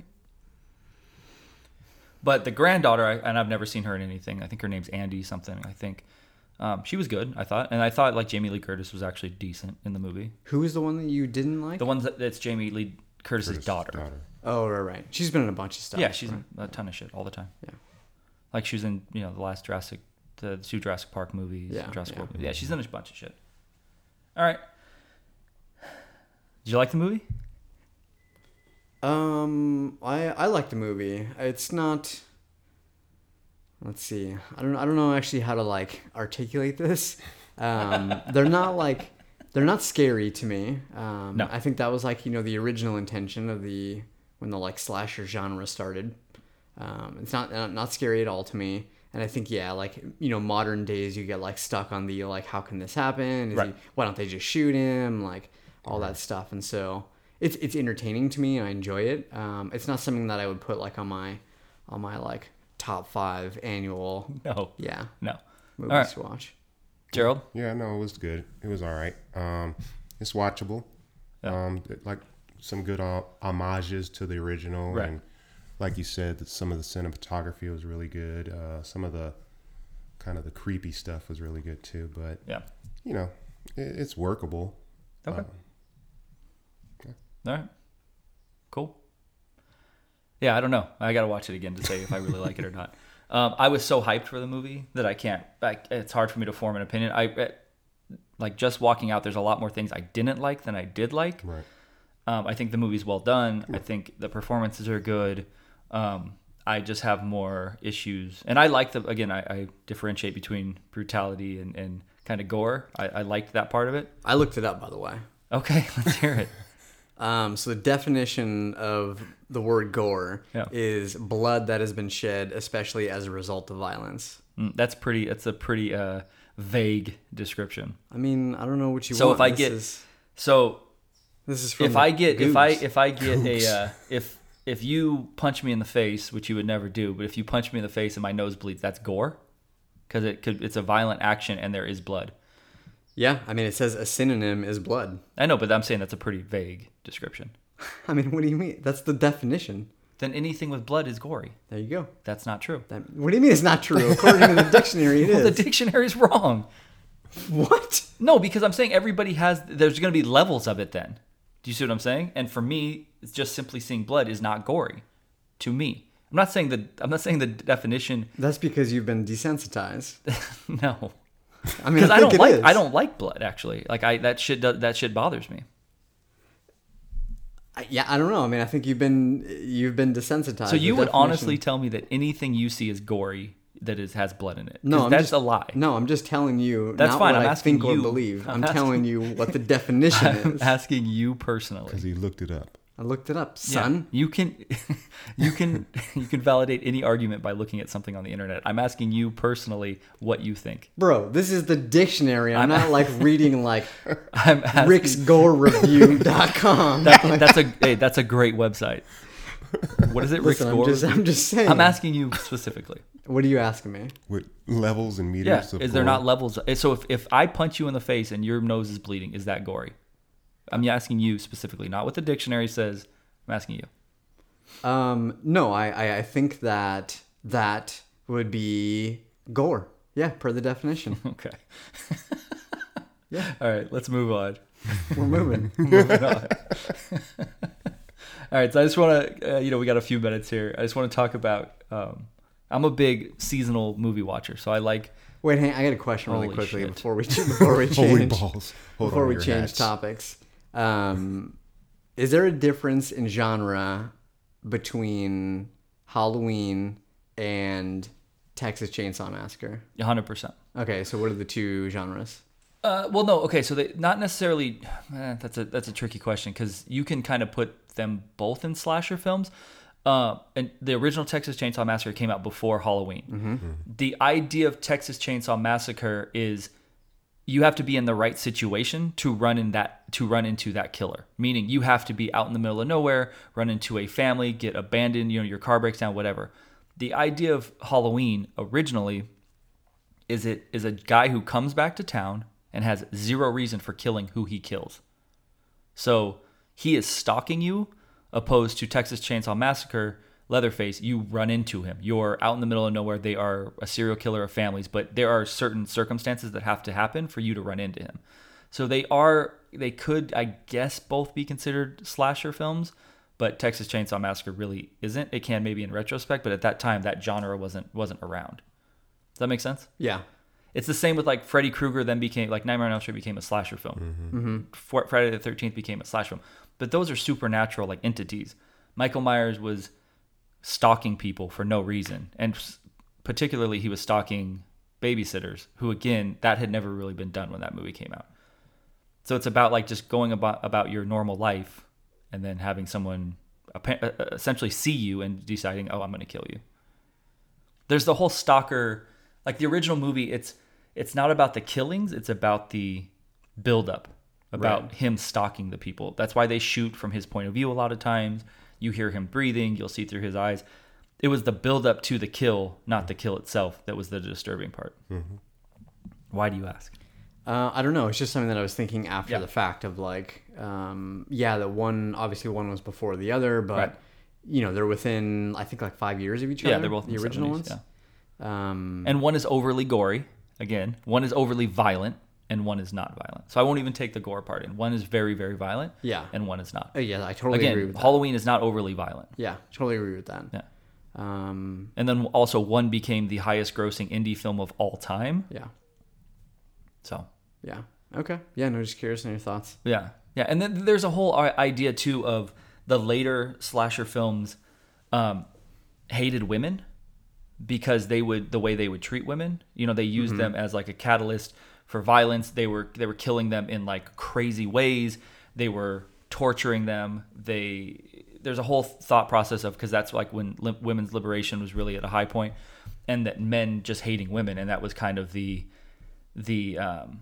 [SPEAKER 1] But the granddaughter, I, and I've never seen her in anything. I think her name's Andy something. I think um, she was good. I thought, and I thought like Jamie Lee Curtis was actually decent in the movie.
[SPEAKER 3] who is the one that you didn't like
[SPEAKER 1] The ones that, that's Jamie Lee Curtis's daughter.
[SPEAKER 3] Oh right, right. She's been in a bunch of stuff.
[SPEAKER 1] Yeah, she's
[SPEAKER 3] right?
[SPEAKER 1] in a ton of shit all the time.
[SPEAKER 3] Yeah.
[SPEAKER 1] Like she was in you know the last Jurassic, the two Jurassic Park movies,
[SPEAKER 3] Yeah,
[SPEAKER 1] Jurassic
[SPEAKER 3] yeah.
[SPEAKER 1] World movies. Yeah, she's in a bunch of shit. All right. Did you like the movie?
[SPEAKER 3] Um, I I like the movie. It's not. Let's see. I don't I don't know actually how to like articulate this. Um, they're not like they're not scary to me. Um,
[SPEAKER 1] No.
[SPEAKER 3] I think that was like you know the original intention of the when the like slasher genre started. Um, it's not not- not scary at all to me. And I think yeah, like you know, modern days you get like stuck on the like how can this happen? Is
[SPEAKER 1] Right.
[SPEAKER 3] he, why don't they just shoot him? Like all that stuff. And so it's it's entertaining to me and I enjoy it. Um, it's not something that I would put like on my on my like top five annual
[SPEAKER 1] No.
[SPEAKER 3] yeah
[SPEAKER 1] No.
[SPEAKER 3] movies
[SPEAKER 1] right.
[SPEAKER 3] to watch.
[SPEAKER 1] Gerald.
[SPEAKER 2] Yeah, no, it was good. It was all right. Um, it's watchable. Um, it- like some good uh, homages to the original,
[SPEAKER 1] Right.
[SPEAKER 2] and like you said, that some of the cinematography was really good. Uh, some of the kind of the creepy stuff was really good too. But
[SPEAKER 1] Yeah.
[SPEAKER 2] you know, it, it's workable.
[SPEAKER 1] Okay. All right. Cool. Yeah, I don't know. I gotta watch it again to say if I really like it or not. Um, I was so hyped for the movie that I can't. I, it's hard for me to form an opinion. I I- like just walking out. There's a lot more things I didn't like than I did like.
[SPEAKER 2] Right.
[SPEAKER 1] Um, I think the movie's well done. I think the performances are good. Um, I just have more issues, and I like the again. I, I differentiate between brutality and, and kind of gore. I, I liked that part of it.
[SPEAKER 3] I looked it up by the way.
[SPEAKER 1] Okay, let's hear it.
[SPEAKER 3] Um, so the definition of the word gore
[SPEAKER 1] Yeah.
[SPEAKER 3] is blood that has been shed, especially as a result of violence.
[SPEAKER 1] Mm, that's pretty. That's a pretty uh, vague description.
[SPEAKER 3] I mean, I don't know what you
[SPEAKER 1] So
[SPEAKER 3] want.
[SPEAKER 1] if I
[SPEAKER 3] This
[SPEAKER 1] get-
[SPEAKER 3] is,
[SPEAKER 1] So
[SPEAKER 3] this is from
[SPEAKER 1] if
[SPEAKER 3] the
[SPEAKER 1] I get if I
[SPEAKER 3] Goobs.
[SPEAKER 1] if I get a uh, if if you punch me in the face, which you would never do, but if you punch me in the face and my nose bleeds, that's gore, because it could it's a violent action and there is blood.
[SPEAKER 3] yeah, I mean it says a synonym is blood.
[SPEAKER 1] I know, but I'm saying that's a pretty vague description.
[SPEAKER 3] I mean, what do you mean? That's the definition.
[SPEAKER 1] Then anything with blood is gory.
[SPEAKER 3] There you go.
[SPEAKER 1] That's not true.
[SPEAKER 3] That, what do you mean it's not true? According to the dictionary, it is.
[SPEAKER 1] Well, the dictionary's wrong.
[SPEAKER 3] what?
[SPEAKER 1] No, because I'm saying everybody has. There's going to be levels of it. Then, do you see what I'm saying? And for me, it's just simply seeing blood is not gory. To me, I'm not saying that. I'm not saying the definition.
[SPEAKER 3] That's because you've been desensitized.
[SPEAKER 1] No,
[SPEAKER 3] I mean,
[SPEAKER 1] because I, don't
[SPEAKER 3] think it
[SPEAKER 1] like.
[SPEAKER 3] is.
[SPEAKER 1] I don't like blood. Actually, like I that shit. Does, that shit bothers me.
[SPEAKER 3] I- yeah, I don't know. I mean, I think you've been you've been desensitized.
[SPEAKER 1] So you
[SPEAKER 3] Uh, The
[SPEAKER 1] would
[SPEAKER 3] definition-
[SPEAKER 1] honestly tell me that anything you see is gory that is has blood in it. 'Cause
[SPEAKER 3] No, I'm
[SPEAKER 1] that's
[SPEAKER 3] just,
[SPEAKER 1] a lie.
[SPEAKER 3] No, I'm just telling you.
[SPEAKER 1] That's
[SPEAKER 3] not
[SPEAKER 1] fine,
[SPEAKER 3] What
[SPEAKER 1] I'm
[SPEAKER 3] I
[SPEAKER 1] asking
[SPEAKER 3] think or
[SPEAKER 1] you.
[SPEAKER 3] believe.
[SPEAKER 1] I'm
[SPEAKER 3] I'm,
[SPEAKER 1] asking-
[SPEAKER 3] telling you what the definition
[SPEAKER 1] I'm
[SPEAKER 3] is.
[SPEAKER 1] asking you personally.
[SPEAKER 2] because he looked it up.
[SPEAKER 3] I looked it up,
[SPEAKER 1] Yeah,
[SPEAKER 3] son.
[SPEAKER 1] you can you can you can validate any argument by looking at something on the internet. I'm asking you personally what you think.
[SPEAKER 3] Bro, this is the dictionary. I'm not like reading like
[SPEAKER 1] I'm asking,
[SPEAKER 3] ricksgorereview.com.
[SPEAKER 1] that- that's a hey, that's a great website. What is it, Rick's
[SPEAKER 3] Listen, I'm
[SPEAKER 1] Gore?
[SPEAKER 3] just, I'm just saying.
[SPEAKER 1] I'm asking you specifically.
[SPEAKER 3] What are you asking me?
[SPEAKER 2] With levels and
[SPEAKER 1] Yeah,
[SPEAKER 2] meters
[SPEAKER 1] is
[SPEAKER 2] of
[SPEAKER 1] there
[SPEAKER 2] gold.
[SPEAKER 1] not levels? Eh, So if, if I punch you in the face and your nose is bleeding, is that gory? I'm asking you specifically, not what the dictionary says. I'm asking you.
[SPEAKER 3] Um, no, I, I, I think that that would be gore. Yeah, per the definition.
[SPEAKER 1] Okay.
[SPEAKER 3] Yeah.
[SPEAKER 1] All right, let's move on.
[SPEAKER 3] We're moving.
[SPEAKER 1] Moving on. All right, so I just want to, uh, you know, we got a few minutes here. I just want to talk about. Um, I'm a big seasonal movie watcher, so I like.
[SPEAKER 3] Wait, hang, I got a question really
[SPEAKER 1] Holy
[SPEAKER 3] quickly
[SPEAKER 1] shit.
[SPEAKER 3] before we before we
[SPEAKER 2] Holy
[SPEAKER 3] change
[SPEAKER 2] balls. Hold
[SPEAKER 3] before
[SPEAKER 2] on to
[SPEAKER 3] we
[SPEAKER 2] your
[SPEAKER 3] change
[SPEAKER 2] hats.
[SPEAKER 3] topics. Um, is there a difference in genre between Halloween and Texas Chainsaw Massacre?
[SPEAKER 1] 100. percent
[SPEAKER 3] Okay, so what are the two genres?
[SPEAKER 1] Uh, well, no, okay. So they not necessarily. eh, that's a that's a tricky question because you can kind of put them both in slasher films. Uh, and the original Texas Chainsaw Massacre came out before Halloween. The idea of Texas Chainsaw Massacre is you have to be in the right situation to run in that to run into that killer. Meaning you have to be out in the middle of nowhere, run into a family, get abandoned, you know, your car breaks down, whatever. The idea of Halloween originally is it is a guy who comes back to town and has zero reason for killing who he kills. So he is stalking you, opposed to Texas Chainsaw Massacre, Leatherface, you run into him. You're out in the middle of nowhere. They are a serial killer of families, but there are certain circumstances that have to happen for you to run into him. So they are, they could, I guess, both be considered slasher films, but Texas Chainsaw Massacre really isn't. It can maybe in retrospect, but at that time, that genre wasn't wasn't around. Does that make sense?
[SPEAKER 3] Yeah.
[SPEAKER 1] It's the same with like Freddy Krueger then became like Nightmare on Elm Street became a slasher film. Fr- Friday the Thirteenth became a slasher film. But those are supernatural like entities. Michael Myers was stalking people for no reason, and s- particularly he was stalking babysitters, who again that had never really been done when that movie came out. So it's about like just going about about your normal life, and then having someone appa- uh, uh, essentially see you and deciding, oh, I'm going to kill you there's the whole stalker like the original movie it's it's not about the killings it's about the buildup about him stalking the people that's why they shoot from his point of view a lot of times you hear him breathing you'll see through his eyes it was the buildup to the kill not the kill itself that was the disturbing part why do you ask
[SPEAKER 3] Uh, I don't know. It's just something that I was thinking after
[SPEAKER 1] Yeah.
[SPEAKER 3] the fact of like, um, yeah, the one obviously one was before the other, but
[SPEAKER 1] Right.
[SPEAKER 3] you know they're within I think like five years of each other.
[SPEAKER 1] yeah they're both in
[SPEAKER 3] the original
[SPEAKER 1] 70s,
[SPEAKER 3] ones. Um,
[SPEAKER 1] Mm. and one is overly gory again one is overly violent and one is not violent so i won't even take the gore part in one is very very violent
[SPEAKER 3] Yeah.
[SPEAKER 1] and one is not
[SPEAKER 3] uh, yeah, I totally agree
[SPEAKER 1] again
[SPEAKER 3] with that.
[SPEAKER 1] halloween is not overly violent
[SPEAKER 3] Yeah, totally agree with that.
[SPEAKER 1] Yeah.
[SPEAKER 3] Um,
[SPEAKER 1] and then also one became the highest grossing indie film of all time
[SPEAKER 3] yeah.
[SPEAKER 1] so
[SPEAKER 3] Yeah. Okay. Yeah. No, just curious on your thoughts.
[SPEAKER 1] yeah yeah and then there's a whole i- idea too of the later slasher films um, hated women because they would the way they would treat women you know they used them as like a catalyst for violence they were they were killing them in like crazy ways they were torturing them they there's a whole thought process of because that's like when lim- women's liberation was really at a high point and that men just hating women and that was kind of the the um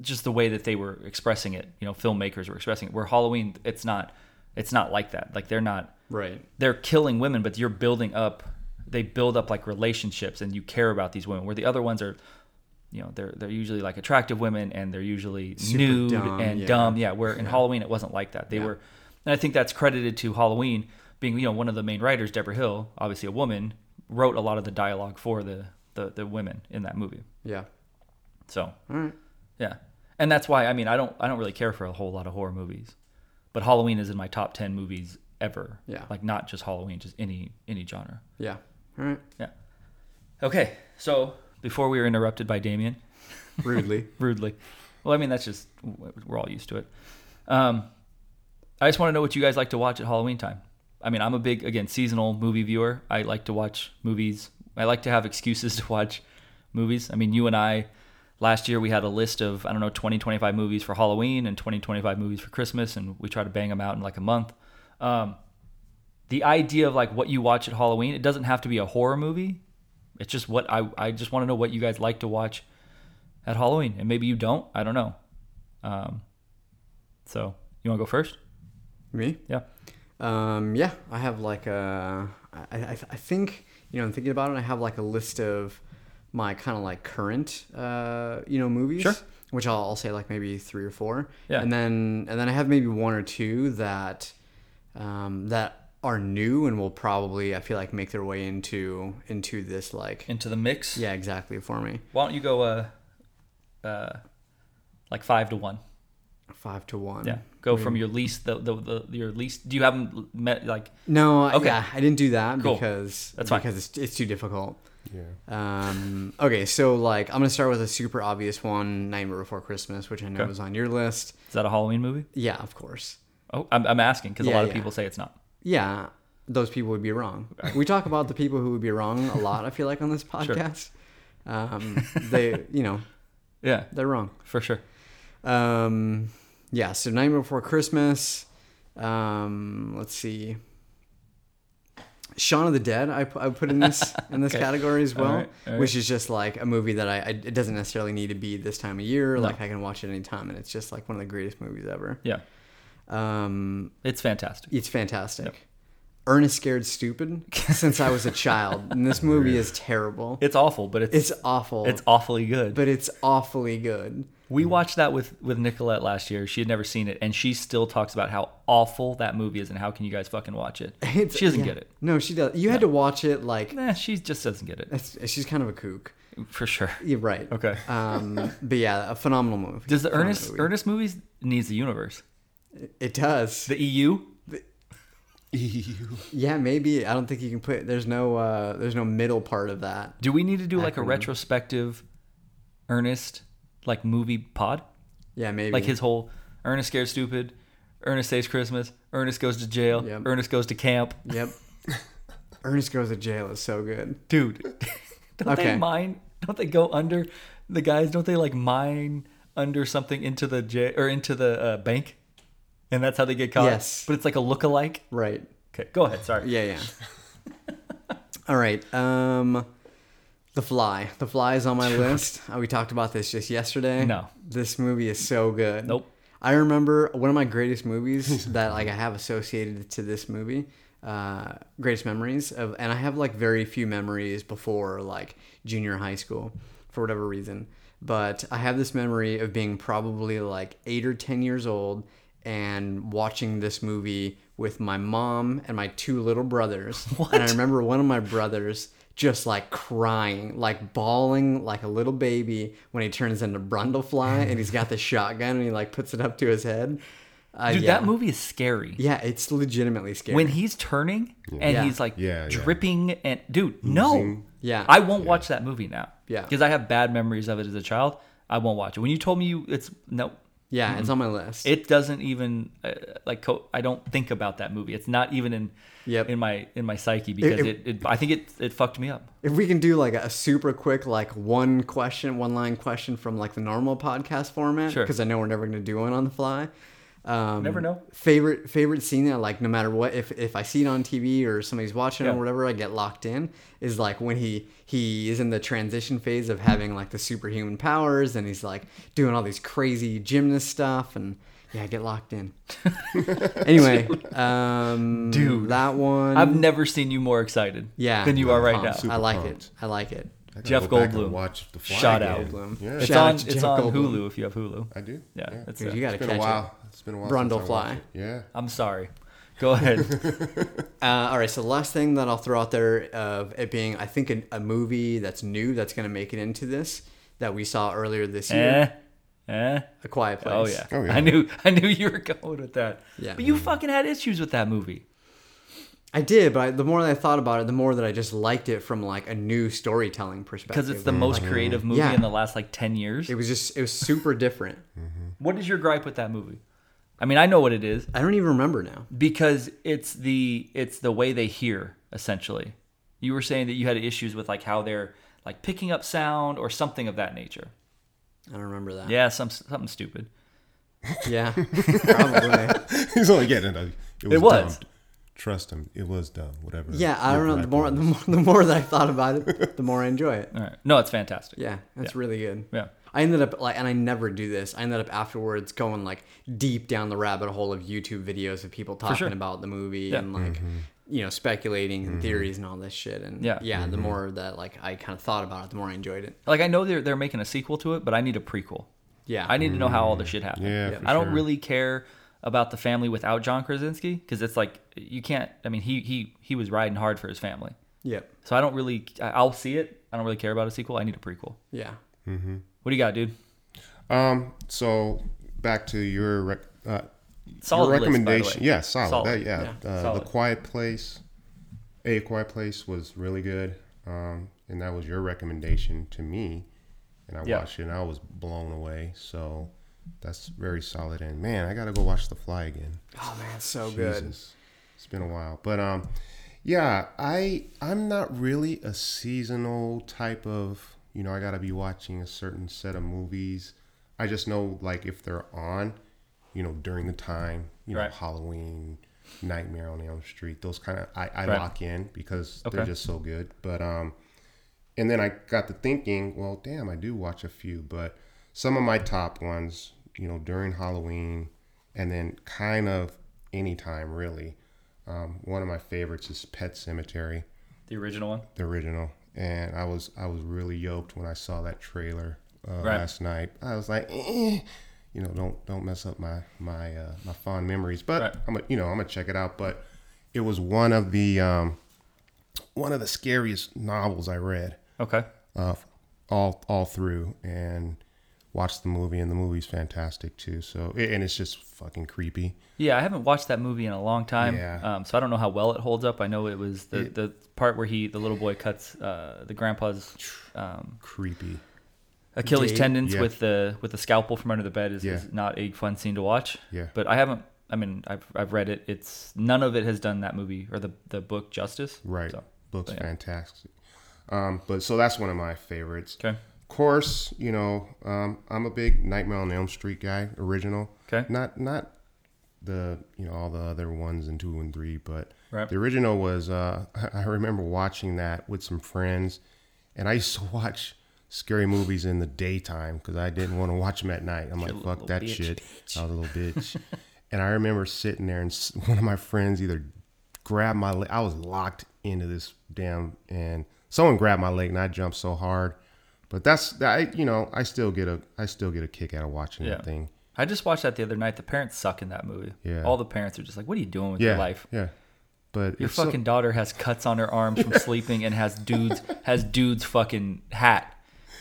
[SPEAKER 1] just the way that they were expressing it you know filmmakers were expressing it where halloween it's not it's not like that like they're not
[SPEAKER 3] Right.
[SPEAKER 1] they're killing women, but you're building up. They build up like relationships, and you care about these women. Where the other ones are, you know they're they're usually like attractive women and they're usually
[SPEAKER 3] Super
[SPEAKER 1] nude
[SPEAKER 3] dumb,
[SPEAKER 1] and
[SPEAKER 3] yeah.
[SPEAKER 1] dumb. Yeah, where in Halloween it wasn't like that. They
[SPEAKER 3] Yeah.
[SPEAKER 1] were, and I think that's credited to Halloween being you know one of the main writers, Deborah Hill, obviously a woman, wrote a lot of the dialogue for the the, the women in that movie.
[SPEAKER 3] Yeah.
[SPEAKER 1] So, yeah, and that's why I mean I don't I don't really care for a whole lot of horror movies, but Halloween is in my top ten movies ever.
[SPEAKER 3] Yeah.
[SPEAKER 1] like not just Halloween, just any any genre.
[SPEAKER 3] Yeah. All right.
[SPEAKER 1] Yeah. Okay, so before we were interrupted by Damien
[SPEAKER 3] Rudely.
[SPEAKER 1] rudely, well, I mean that's just we're all used to it. Um, I just want to know what you guys like to watch at Halloween time. I mean, I'm a big again seasonal movie viewer. I like to watch movies. I like to have excuses to watch movies. I mean, you and I last year we had a list of I don't know 20 25 movies for Halloween and 20 25 movies for Christmas and we try to bang them out in like a month. Um, the idea of like what you watch at Halloween, it doesn't have to be a horror movie. It's just what I I just want to know what you guys like to watch at Halloween and maybe you don't. I don't know. Um, so, you want to go first?
[SPEAKER 3] Me?
[SPEAKER 1] Yeah.
[SPEAKER 3] Um, yeah, I have like a. I, I, I think you know. I'm thinking about it. I have like a list of my kind of like current, uh, you know, movies.
[SPEAKER 1] Sure.
[SPEAKER 3] Which I'll, I'll say like maybe three or four.
[SPEAKER 1] Yeah.
[SPEAKER 3] And then and then I have maybe one or two that, um, that are new and will probably I feel like make their way into into this like.
[SPEAKER 1] Into the mix.
[SPEAKER 3] Yeah, exactly for me.
[SPEAKER 1] Why don't you go uh uh like 5 to 1.
[SPEAKER 3] Five to one.
[SPEAKER 1] Yeah. Go from your least the, the, the your least do you have them met like
[SPEAKER 3] No, I
[SPEAKER 1] Okay.
[SPEAKER 3] yeah, I didn't do that
[SPEAKER 1] Cool.
[SPEAKER 3] because
[SPEAKER 1] That's fine.
[SPEAKER 3] because it's, it's too difficult.
[SPEAKER 2] Yeah.
[SPEAKER 3] Um, okay, so like I'm gonna start with a super obvious one, Nightmare Before Christmas, which I know
[SPEAKER 1] Okay.
[SPEAKER 3] is on your list.
[SPEAKER 1] is that a Halloween movie?
[SPEAKER 3] Yeah, of course.
[SPEAKER 1] Oh, I'm, I'm asking cuz a
[SPEAKER 3] Yeah,
[SPEAKER 1] lot of
[SPEAKER 3] yeah.
[SPEAKER 1] people say it's not.
[SPEAKER 3] Yeah, those people would be wrong. We talk about the people who would be wrong a lot. I feel like on this podcast, um, they you know
[SPEAKER 1] Yeah,
[SPEAKER 3] they're wrong.
[SPEAKER 1] for sure.
[SPEAKER 3] Um, yeah, so Nightmare Before Christmas. Um, let's see. Shaun of the Dead, I, pu- I put in this in this
[SPEAKER 1] Okay.
[SPEAKER 3] category as well,
[SPEAKER 1] Alright, alright.
[SPEAKER 3] which is just like a movie that I, I it doesn't necessarily need to be this time of year. Like I can watch it anytime, and it's just like one of the greatest movies ever.
[SPEAKER 1] Yeah.
[SPEAKER 3] Um,
[SPEAKER 1] It's fantastic.
[SPEAKER 3] it's fantastic. Ernest Scared Stupid since I was a child, and this movie is terrible.
[SPEAKER 1] It's awful, but it's
[SPEAKER 3] It's
[SPEAKER 1] it's,
[SPEAKER 3] awful,
[SPEAKER 1] awfully good.
[SPEAKER 3] but it's awfully good.
[SPEAKER 1] we watched that with with Nicolette last year. She had never seen it and she still talks about how awful that movie is and how can you guys fucking watch it?
[SPEAKER 3] It's,
[SPEAKER 1] she doesn't
[SPEAKER 3] yeah.
[SPEAKER 1] get it.
[SPEAKER 3] No, she does. You had to watch it like
[SPEAKER 1] Nah, she just doesn't get it.
[SPEAKER 3] That's, she's kind of a kook.
[SPEAKER 1] For sure.
[SPEAKER 3] You're right.
[SPEAKER 1] Okay.
[SPEAKER 3] Um, but yeah, a phenomenal movie.
[SPEAKER 1] Does the
[SPEAKER 3] Phenomenal
[SPEAKER 1] Ernest
[SPEAKER 3] movie.
[SPEAKER 1] Ernest movies needs the universe?
[SPEAKER 3] It does.
[SPEAKER 1] The E EU?
[SPEAKER 3] Yeah, maybe. I don't think you can put. There's no. Uh, there's no middle part of that.
[SPEAKER 1] Do we need to do like a
[SPEAKER 3] Acronym.
[SPEAKER 1] retrospective Ernest like movie pod?
[SPEAKER 3] Yeah, maybe.
[SPEAKER 1] Like his whole Ernest Scared Stupid, Ernest Saves Christmas, Ernest Goes to Jail,
[SPEAKER 3] Yep.
[SPEAKER 1] Ernest Goes to Camp.
[SPEAKER 3] Yep. Ernest goes to jail is so good.
[SPEAKER 1] Dude. don't
[SPEAKER 3] Okay.
[SPEAKER 1] they mine don't they go under the guys don't they like mine under something into the jail or into the uh, bank? And that's how they get caught.
[SPEAKER 3] Yes.
[SPEAKER 1] But it's like a look-alike.
[SPEAKER 3] Right.
[SPEAKER 1] Okay, go ahead, sorry.
[SPEAKER 3] Yeah, yeah. All right. Um, The Fly. The Fly is on my list. Uh, We talked about this just yesterday.
[SPEAKER 1] No.
[SPEAKER 3] This movie is so good.
[SPEAKER 1] Nope.
[SPEAKER 3] I remember one of my greatest movies that like I have associated to this movie. Uh, greatest memories of, and I have like very few memories before like junior high school for whatever reason. But I have this memory of being probably like eight or ten years old and watching this movie with my mom and my two little brothers. And I remember one of my brothers just like crying, like bawling like a little baby when he turns into Brundlefly and he's got the shotgun and he like puts it up to his head. Uh,
[SPEAKER 1] Dude,
[SPEAKER 3] yeah.
[SPEAKER 1] that movie is scary.
[SPEAKER 3] Yeah, it's legitimately scary.
[SPEAKER 1] when he's turning and
[SPEAKER 3] Yeah.
[SPEAKER 1] he's like
[SPEAKER 2] Yeah, yeah.
[SPEAKER 1] dripping and dude no
[SPEAKER 3] Yeah.
[SPEAKER 1] i won't watch that movie now
[SPEAKER 3] Yeah.
[SPEAKER 1] because i have bad memories of it as a child i won't watch it when you told me you it's no
[SPEAKER 3] yeah, it's on my list.
[SPEAKER 1] it doesn't even uh, like co- i don't think about that movie it's not even in
[SPEAKER 3] Yep.
[SPEAKER 1] in my in my psyche because it,
[SPEAKER 3] it-
[SPEAKER 1] it, i think it it fucked me up
[SPEAKER 3] if we can do like a super quick, like one question, one line question from like the normal podcast format,
[SPEAKER 1] Sure.
[SPEAKER 3] because I know we're never going to do one on the fly. Um,
[SPEAKER 1] Never know.
[SPEAKER 3] Favorite favorite scene that like no matter what, if if I see it on TV or somebody's watching
[SPEAKER 1] Yeah.
[SPEAKER 3] or whatever, I get locked in. Is like when he he is in the transition phase of having like the superhuman powers and he's like doing all these crazy gymnast stuff and yeah, I get locked in. anyway, um, dude, that one
[SPEAKER 1] i've never seen you more excited
[SPEAKER 3] yeah
[SPEAKER 1] than you are right
[SPEAKER 3] pumped.
[SPEAKER 1] now
[SPEAKER 3] I like
[SPEAKER 2] pumped.
[SPEAKER 3] it. I like it.
[SPEAKER 2] I gotta
[SPEAKER 1] Jeff
[SPEAKER 2] go back and
[SPEAKER 1] Goldblum.
[SPEAKER 2] Watch the fly
[SPEAKER 1] Shout
[SPEAKER 2] again.
[SPEAKER 1] out.
[SPEAKER 3] Goldblum.
[SPEAKER 2] Yeah,
[SPEAKER 1] It's
[SPEAKER 3] Shout out
[SPEAKER 1] on,
[SPEAKER 3] to
[SPEAKER 1] it's
[SPEAKER 3] Jeff
[SPEAKER 1] on
[SPEAKER 3] Goldblum.
[SPEAKER 1] Hulu if you have Hulu.
[SPEAKER 2] I do.
[SPEAKER 1] Yeah, that's it.
[SPEAKER 3] you got to
[SPEAKER 2] It's been
[SPEAKER 3] catch
[SPEAKER 2] a
[SPEAKER 3] it.
[SPEAKER 2] while. It's been a while. since
[SPEAKER 3] Brundle
[SPEAKER 2] I watched
[SPEAKER 3] Fly.
[SPEAKER 2] it. Yeah.
[SPEAKER 1] I'm sorry. Go ahead.
[SPEAKER 3] Uh, all right, so the last thing that I'll throw out there of it being, I think, an, a movie that's new that's going to make it into this that we saw earlier this year,
[SPEAKER 1] eh, eh.
[SPEAKER 3] A Quiet Place.
[SPEAKER 1] Oh yeah.
[SPEAKER 2] Oh, yeah.
[SPEAKER 1] I knew I knew you were going with that.
[SPEAKER 3] Yeah.
[SPEAKER 1] But you fucking had issues with that movie.
[SPEAKER 3] I did, but I, the more that I thought about it, the more that I just liked it from like a new storytelling perspective.
[SPEAKER 1] Because it's the most creative movie
[SPEAKER 3] Mm-hmm. Yeah.
[SPEAKER 1] in the last like ten years.
[SPEAKER 3] it was just it was super different.
[SPEAKER 1] What is your gripe with that movie? I mean, I know what it is
[SPEAKER 3] I don't even remember now.
[SPEAKER 1] because it's the it's the way they hear essentially. You were saying that you had issues with like how they're like picking up sound or something of that nature.
[SPEAKER 3] I don't remember that.
[SPEAKER 1] Yeah, some something stupid.
[SPEAKER 3] Yeah, probably.
[SPEAKER 2] He's only getting it. It was.
[SPEAKER 1] It was.
[SPEAKER 2] Dumb. Trust him. It was dumb. Whatever.
[SPEAKER 3] Yeah, I
[SPEAKER 2] Your
[SPEAKER 3] don't know. The
[SPEAKER 2] gripe
[SPEAKER 3] more,
[SPEAKER 2] was.
[SPEAKER 3] the more the more that I thought about it, the more I enjoy it.
[SPEAKER 1] All right. No, it's fantastic.
[SPEAKER 3] Yeah, that's really good.
[SPEAKER 1] Yeah.
[SPEAKER 3] I ended up like, and I never do this. I ended up afterwards going like deep down the rabbit hole of YouTube videos of people talking
[SPEAKER 1] sure.
[SPEAKER 3] about the movie and like,
[SPEAKER 2] Mm-hmm.
[SPEAKER 3] you know, speculating and theories and all this shit. And
[SPEAKER 1] Yeah.
[SPEAKER 3] yeah,
[SPEAKER 2] Mm-hmm.
[SPEAKER 3] the more that like I kind of thought about it, the more I enjoyed it.
[SPEAKER 1] Like I know they're they're making a sequel to it, but I need a prequel.
[SPEAKER 3] Yeah,
[SPEAKER 1] I need to know how all the shit happened.
[SPEAKER 2] Yeah, Yeah. for
[SPEAKER 1] I don't
[SPEAKER 2] sure.
[SPEAKER 1] really care about the family without John Krasinski because it's like you can't. I mean, he he he was riding hard for his family,
[SPEAKER 3] Yep.
[SPEAKER 1] so I don't really. I- I'll see it. I don't really care about a sequel. I need a prequel.
[SPEAKER 3] Yeah.
[SPEAKER 1] What do you got, dude?
[SPEAKER 2] Um. So back to your rec- uh,
[SPEAKER 1] Solid
[SPEAKER 2] your
[SPEAKER 1] list, by the
[SPEAKER 2] recommendation.
[SPEAKER 1] way.
[SPEAKER 2] yeah, solid.
[SPEAKER 1] Solid.
[SPEAKER 2] That- yeah.
[SPEAKER 3] Yeah,
[SPEAKER 2] Uh,
[SPEAKER 1] solid.
[SPEAKER 2] The Quiet Place. A Quiet Place was really good. Um, and that was your recommendation to me, and I
[SPEAKER 1] Yeah.
[SPEAKER 2] watched it and I was blown away. So that's very solid. And man, I gotta go watch The Fly again.
[SPEAKER 3] Oh man, it's so good.
[SPEAKER 2] Jesus. It's been a while. But um yeah, I I'm not really a seasonal type of, you know, I got to be watching a certain set of movies. I just know like if they're on, you know, during the time, you know,
[SPEAKER 1] Right.
[SPEAKER 2] Halloween, Nightmare on Elm Street, those kind of I, I
[SPEAKER 1] Right.
[SPEAKER 2] lock in because they're
[SPEAKER 1] Okay.
[SPEAKER 2] just so good. But um and then I got to thinking, well, damn, I do watch a few, but some of my top ones, you know, during Halloween and then kind of anytime really. Um, one of my favorites is Pet Cemetery,
[SPEAKER 1] The original one.
[SPEAKER 2] the original. And I was I was really yoked when I saw that trailer uh,
[SPEAKER 1] Right.
[SPEAKER 2] last night. I was like, eh, you know, don't don't mess up my my uh, my fond memories. But
[SPEAKER 1] Right.
[SPEAKER 2] I'm a, you know I'm gonna check it out. But it was one of the um, one of the scariest novels I read
[SPEAKER 1] Okay.
[SPEAKER 2] uh, all all through and watched the movie and the movie's fantastic too so a- and it's just fucking creepy
[SPEAKER 1] Yeah, I haven't watched that movie in a long time,
[SPEAKER 2] Yeah.
[SPEAKER 1] um, so I don't know how well it holds up. I know it was the, the part where he, the little boy, cuts uh, the grandpa's um,
[SPEAKER 2] creepy
[SPEAKER 1] Achilles
[SPEAKER 3] Indeed.
[SPEAKER 1] tendons
[SPEAKER 2] Yeah.
[SPEAKER 1] with the with the scalpel from under the bed is, is
[SPEAKER 2] Yeah.
[SPEAKER 1] not a fun scene to watch.
[SPEAKER 2] Yeah.
[SPEAKER 1] But I haven't. I mean, I've I've read it. It's none of it has done that movie or the the book justice.
[SPEAKER 2] right
[SPEAKER 1] So,
[SPEAKER 2] books
[SPEAKER 1] yeah.
[SPEAKER 2] fantastic um but so that's one of my favorites
[SPEAKER 1] okay.
[SPEAKER 2] of course you know um i'm a big nightmare on elm street guy original
[SPEAKER 1] Okay.
[SPEAKER 2] not not the you know all the other ones and two and three but
[SPEAKER 1] Right.
[SPEAKER 2] the original was uh i remember watching that with some friends and i used to watch scary movies in the daytime because i didn't want to watch them at night i'm like fuck that shit i was a little bitch and i remember sitting there and s- one of my friends either grabbed my leg i was locked into this damn and someone grabbed my leg and i jumped so hard but that's that you know i still get a i still get a kick out of watching
[SPEAKER 1] Yeah.
[SPEAKER 2] that thing
[SPEAKER 1] I just watched that the other night. The parents suck in that movie.
[SPEAKER 2] Yeah.
[SPEAKER 1] All the parents are just like, "What are you doing with
[SPEAKER 2] yeah,
[SPEAKER 1] your life?"
[SPEAKER 2] Yeah. But
[SPEAKER 1] Your
[SPEAKER 2] it's so-
[SPEAKER 1] fucking daughter has cuts on her arms from sleeping and has dudes has dudes fucking hat,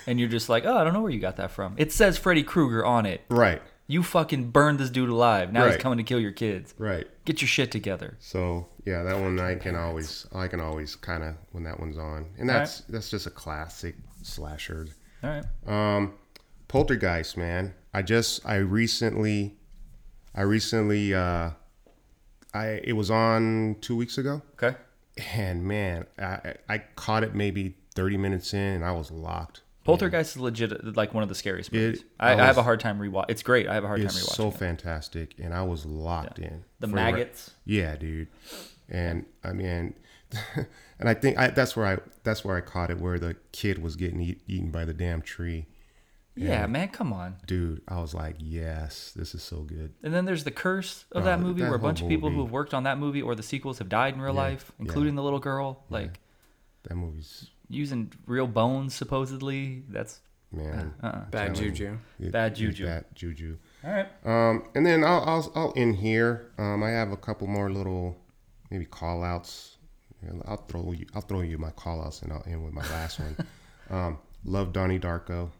[SPEAKER 1] and you're just like, "Oh, I don't know where you got that from." It says Freddy Krueger on it.
[SPEAKER 2] right,
[SPEAKER 1] You fucking burned this dude alive. Now he's
[SPEAKER 2] Right.
[SPEAKER 1] coming to kill your kids.
[SPEAKER 2] right.
[SPEAKER 1] Get your shit together.
[SPEAKER 2] So yeah, that one I can always I can always kind of when that one's on, and that's that's just a classic slasher.
[SPEAKER 1] All right.
[SPEAKER 2] Um, Poltergeist, man. I just I recently, I recently uh, I it was on two weeks ago,
[SPEAKER 1] Okay.
[SPEAKER 2] and man, I I I caught it maybe thirty minutes in, and I was locked.
[SPEAKER 1] Poltergeist is legit like one of the scariest movies. I,
[SPEAKER 2] I
[SPEAKER 1] I have
[SPEAKER 2] was-
[SPEAKER 1] a hard time rewatch. It's great. I have a hard time
[SPEAKER 2] It's
[SPEAKER 1] rewatching.
[SPEAKER 2] so
[SPEAKER 1] it.
[SPEAKER 2] fantastic, and I was locked in.
[SPEAKER 1] The
[SPEAKER 2] for-
[SPEAKER 1] maggots.
[SPEAKER 2] Yeah, dude. And I mean, and I think I, that's where I that's where I caught it, where the kid was getting eat, eaten by the damn tree.
[SPEAKER 1] Yeah, man, come on.
[SPEAKER 2] Dude, I was like, yes, this is so good.
[SPEAKER 1] And then there's the curse of
[SPEAKER 2] Oh,
[SPEAKER 1] that movie,
[SPEAKER 2] that
[SPEAKER 1] where a
[SPEAKER 2] whole
[SPEAKER 1] bunch of people who
[SPEAKER 2] movie.
[SPEAKER 1] have worked on that movie or the sequels have died in real life, including the little girl. Like,
[SPEAKER 2] That movie's
[SPEAKER 1] using real bones supposedly. That's
[SPEAKER 2] man.
[SPEAKER 1] uh-uh.
[SPEAKER 3] Bad
[SPEAKER 2] Telling
[SPEAKER 3] juju.
[SPEAKER 2] It-
[SPEAKER 1] Bad
[SPEAKER 2] it's
[SPEAKER 1] juju.
[SPEAKER 2] Bad juju.
[SPEAKER 1] all right.
[SPEAKER 2] Um, and then I'll, I'll I'll end here. Um, I have a couple more little maybe call outs. I'll throw you I'll throw you my call outs and I'll end with my last one. Um, love Donnie Darko.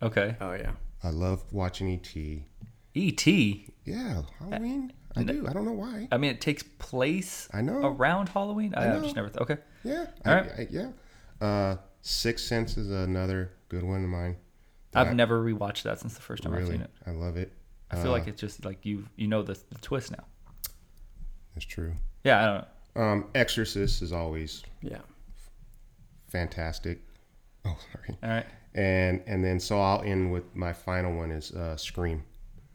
[SPEAKER 1] Okay. E
[SPEAKER 3] Oh yeah.
[SPEAKER 2] I love watching E E.T.
[SPEAKER 1] E.T.
[SPEAKER 2] Yeah, Halloween. I do. I don't know why.
[SPEAKER 1] I mean, it takes place
[SPEAKER 2] I know.
[SPEAKER 1] around Halloween. I,
[SPEAKER 2] know.
[SPEAKER 1] just never thought. Okay.
[SPEAKER 2] Yeah.
[SPEAKER 1] Oh. All
[SPEAKER 2] I,
[SPEAKER 1] right.
[SPEAKER 2] I, yeah. Uh, Sixth Sense is another good one of mine.
[SPEAKER 1] I've never rewatched that since the first time I've
[SPEAKER 2] Really, Uh,
[SPEAKER 1] seen it.
[SPEAKER 2] I love it.
[SPEAKER 1] I feel like it's just like you you know the, the twist now.
[SPEAKER 2] Uh, It's true.
[SPEAKER 1] Yeah, I don't know.
[SPEAKER 2] Um, Exorcist is always
[SPEAKER 3] Yeah.
[SPEAKER 2] fantastic. Oh, sorry.
[SPEAKER 1] All right.
[SPEAKER 2] And and then so I'll end with my final one is uh, Scream.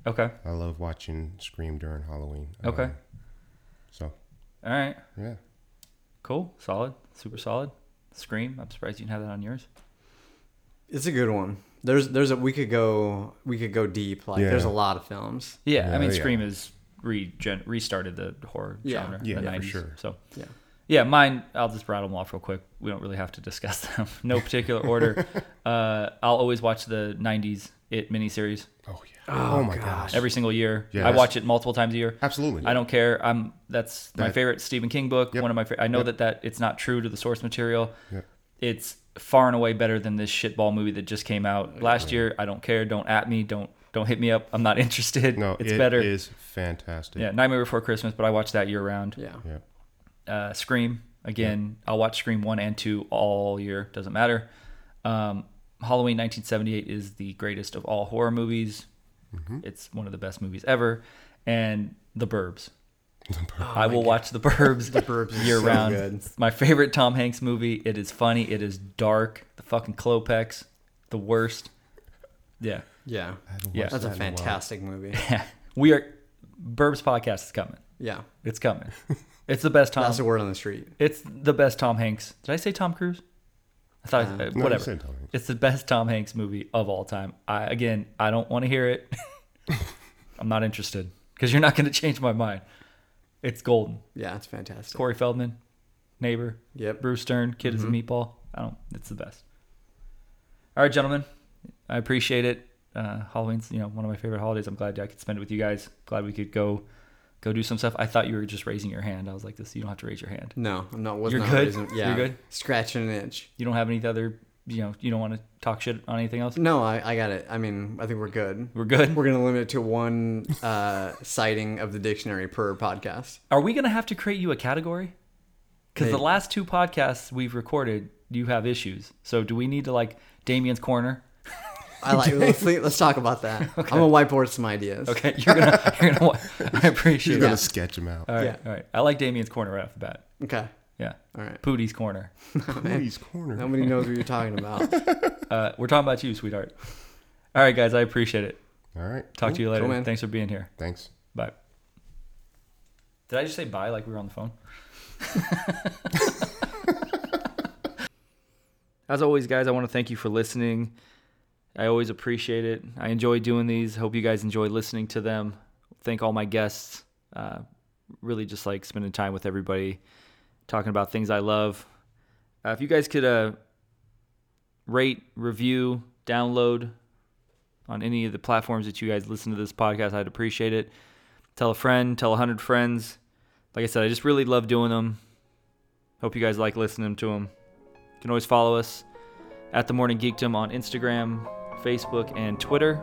[SPEAKER 1] Okay.
[SPEAKER 2] I love watching Scream during Halloween.
[SPEAKER 1] Okay.
[SPEAKER 2] Um, so
[SPEAKER 1] All right.
[SPEAKER 2] yeah,
[SPEAKER 1] Cool. Solid. Super solid. Scream. I'm surprised you didn't have that on yours.
[SPEAKER 3] It's a good one. There's there's a we could go we could go deep. Like
[SPEAKER 2] Yeah.
[SPEAKER 3] there's a lot of films.
[SPEAKER 1] Yeah. I
[SPEAKER 2] Yeah,
[SPEAKER 1] mean,
[SPEAKER 2] yeah.
[SPEAKER 1] Scream is regen- restarted the horror
[SPEAKER 3] Yeah.
[SPEAKER 1] genre.
[SPEAKER 2] Yeah,
[SPEAKER 1] the
[SPEAKER 2] for
[SPEAKER 1] 90s,
[SPEAKER 2] sure.
[SPEAKER 1] So
[SPEAKER 3] Yeah.
[SPEAKER 1] Yeah, mine. I'll just rattle them off real quick. We don't really have to discuss them. No particular order. uh, I'll always watch the '90s It miniseries
[SPEAKER 2] oh yeah, oh, my gosh,
[SPEAKER 1] every single year.
[SPEAKER 2] Yeah,
[SPEAKER 1] I
[SPEAKER 2] that's-
[SPEAKER 1] watch it multiple times a year.
[SPEAKER 2] absolutely.
[SPEAKER 1] I don't care. I'm that's my
[SPEAKER 2] That-
[SPEAKER 1] favorite Stephen King book.
[SPEAKER 2] Yep.
[SPEAKER 1] One of my. Fa- I know
[SPEAKER 2] Yep.
[SPEAKER 1] that that it's not true to the source material.
[SPEAKER 2] Yep.
[SPEAKER 1] It's far and away better than this shitball movie that just came out last year. I don't care. Don't at me. Don't don't hit me up. I'm not interested.
[SPEAKER 2] No,
[SPEAKER 1] it's
[SPEAKER 2] it
[SPEAKER 1] better.
[SPEAKER 2] is fantastic.
[SPEAKER 1] yeah, Nightmare Before Christmas, but I watch that year round.
[SPEAKER 3] Yeah.
[SPEAKER 2] yeah,
[SPEAKER 1] Uh, Scream again. I'll watch Scream one and two all year. Doesn't matter. Um, Halloween 1978 is the greatest of all horror movies.
[SPEAKER 2] Mm-hmm.
[SPEAKER 1] It's one of the best movies ever, and The Burbs. I will watch The Burbs, the
[SPEAKER 3] Burbs is
[SPEAKER 1] year
[SPEAKER 3] Oh so
[SPEAKER 1] round.
[SPEAKER 3] good.
[SPEAKER 1] It's my favorite Tom Hanks movie. It is funny. It is dark. The fucking Clopex, the worst. Yeah,
[SPEAKER 3] Yeah.
[SPEAKER 1] yeah.
[SPEAKER 3] That's a fantastic movie.
[SPEAKER 1] we are. Burbs podcast is coming.
[SPEAKER 3] Yeah.
[SPEAKER 1] It's coming. It's the best Tom.
[SPEAKER 3] That's the word on the street.
[SPEAKER 1] It's the best Tom Hanks. Did I say Tom Cruise? I thought
[SPEAKER 3] Uh,
[SPEAKER 1] I,
[SPEAKER 2] you
[SPEAKER 1] whatever.
[SPEAKER 2] said Tom Hanks.
[SPEAKER 1] It's the best Tom Hanks movie of all time. I again, I don't want to hear it. I'm not interested because you're not going to change my mind. It's golden.
[SPEAKER 3] Yeah, it's fantastic.
[SPEAKER 1] Corey Feldman, neighbor,
[SPEAKER 3] Yep.
[SPEAKER 1] Bruce Stern, kid is a meatball. I don't. It's the best. All right, gentlemen, I appreciate it. Uh, Halloween's you know one of my favorite holidays. I'm glad I could spend it with you guys. Glad we could go go do some stuff. I thought you were just raising your hand. I was like, this. You don't have to raise your hand.
[SPEAKER 3] No, I'm not. Was
[SPEAKER 1] You're
[SPEAKER 3] not
[SPEAKER 1] good?
[SPEAKER 3] raising- yeah.
[SPEAKER 1] You're good?
[SPEAKER 3] Scratching an itch.
[SPEAKER 1] You don't have any other, you know, you don't want to talk shit on anything else.
[SPEAKER 3] No, I, I got it. I mean, I think we're good.
[SPEAKER 1] We're good.
[SPEAKER 3] We're gonna limit it to one uh, citing of the dictionary per podcast.
[SPEAKER 1] Are we gonna have to create you a category? Because the
[SPEAKER 3] Maybe.
[SPEAKER 1] last two podcasts we've recorded, you have issues. So do we need to like Damien's corner?
[SPEAKER 3] I like. let's, let's talk about that. I'm gonna whiteboard some ideas.
[SPEAKER 1] Okay, you're gonna, you're gonna. wa- I appreciate
[SPEAKER 2] You're
[SPEAKER 1] it.
[SPEAKER 2] gonna sketch him out.
[SPEAKER 1] All right,
[SPEAKER 3] Yeah.
[SPEAKER 1] all right. I like Damien's corner right off the bat.
[SPEAKER 3] Okay.
[SPEAKER 1] Yeah,
[SPEAKER 3] All right.
[SPEAKER 1] Pootie's corner.
[SPEAKER 2] Cody's corner.
[SPEAKER 3] Nobody knows what you're talking about.
[SPEAKER 1] Uh, we're talking about you, sweetheart. All right, guys, I appreciate it.
[SPEAKER 2] All right.
[SPEAKER 1] Talk to you later.
[SPEAKER 3] cool, man.
[SPEAKER 1] Thanks for being here.
[SPEAKER 2] Thanks.
[SPEAKER 1] Bye. Did I just say bye like we were on the phone? As always, guys, I want to thank you for listening. I always appreciate it. I enjoy doing these. Hope you guys enjoy listening to them. Thank all my guests. Uh, really just like spending time with everybody, talking about things I love. Uh, if you guys could uh, rate, review, download on any of the platforms that you guys listen to this podcast, I'd appreciate it tell a friend, tell a hundred friends. Like I said, I just really love doing them. Hope you guys like listening to them. You can always follow us at the Morning Geekdom on Instagram, Facebook, and Twitter.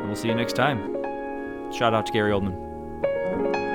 [SPEAKER 1] And we'll see you next time. Shout out to Gary Oldman.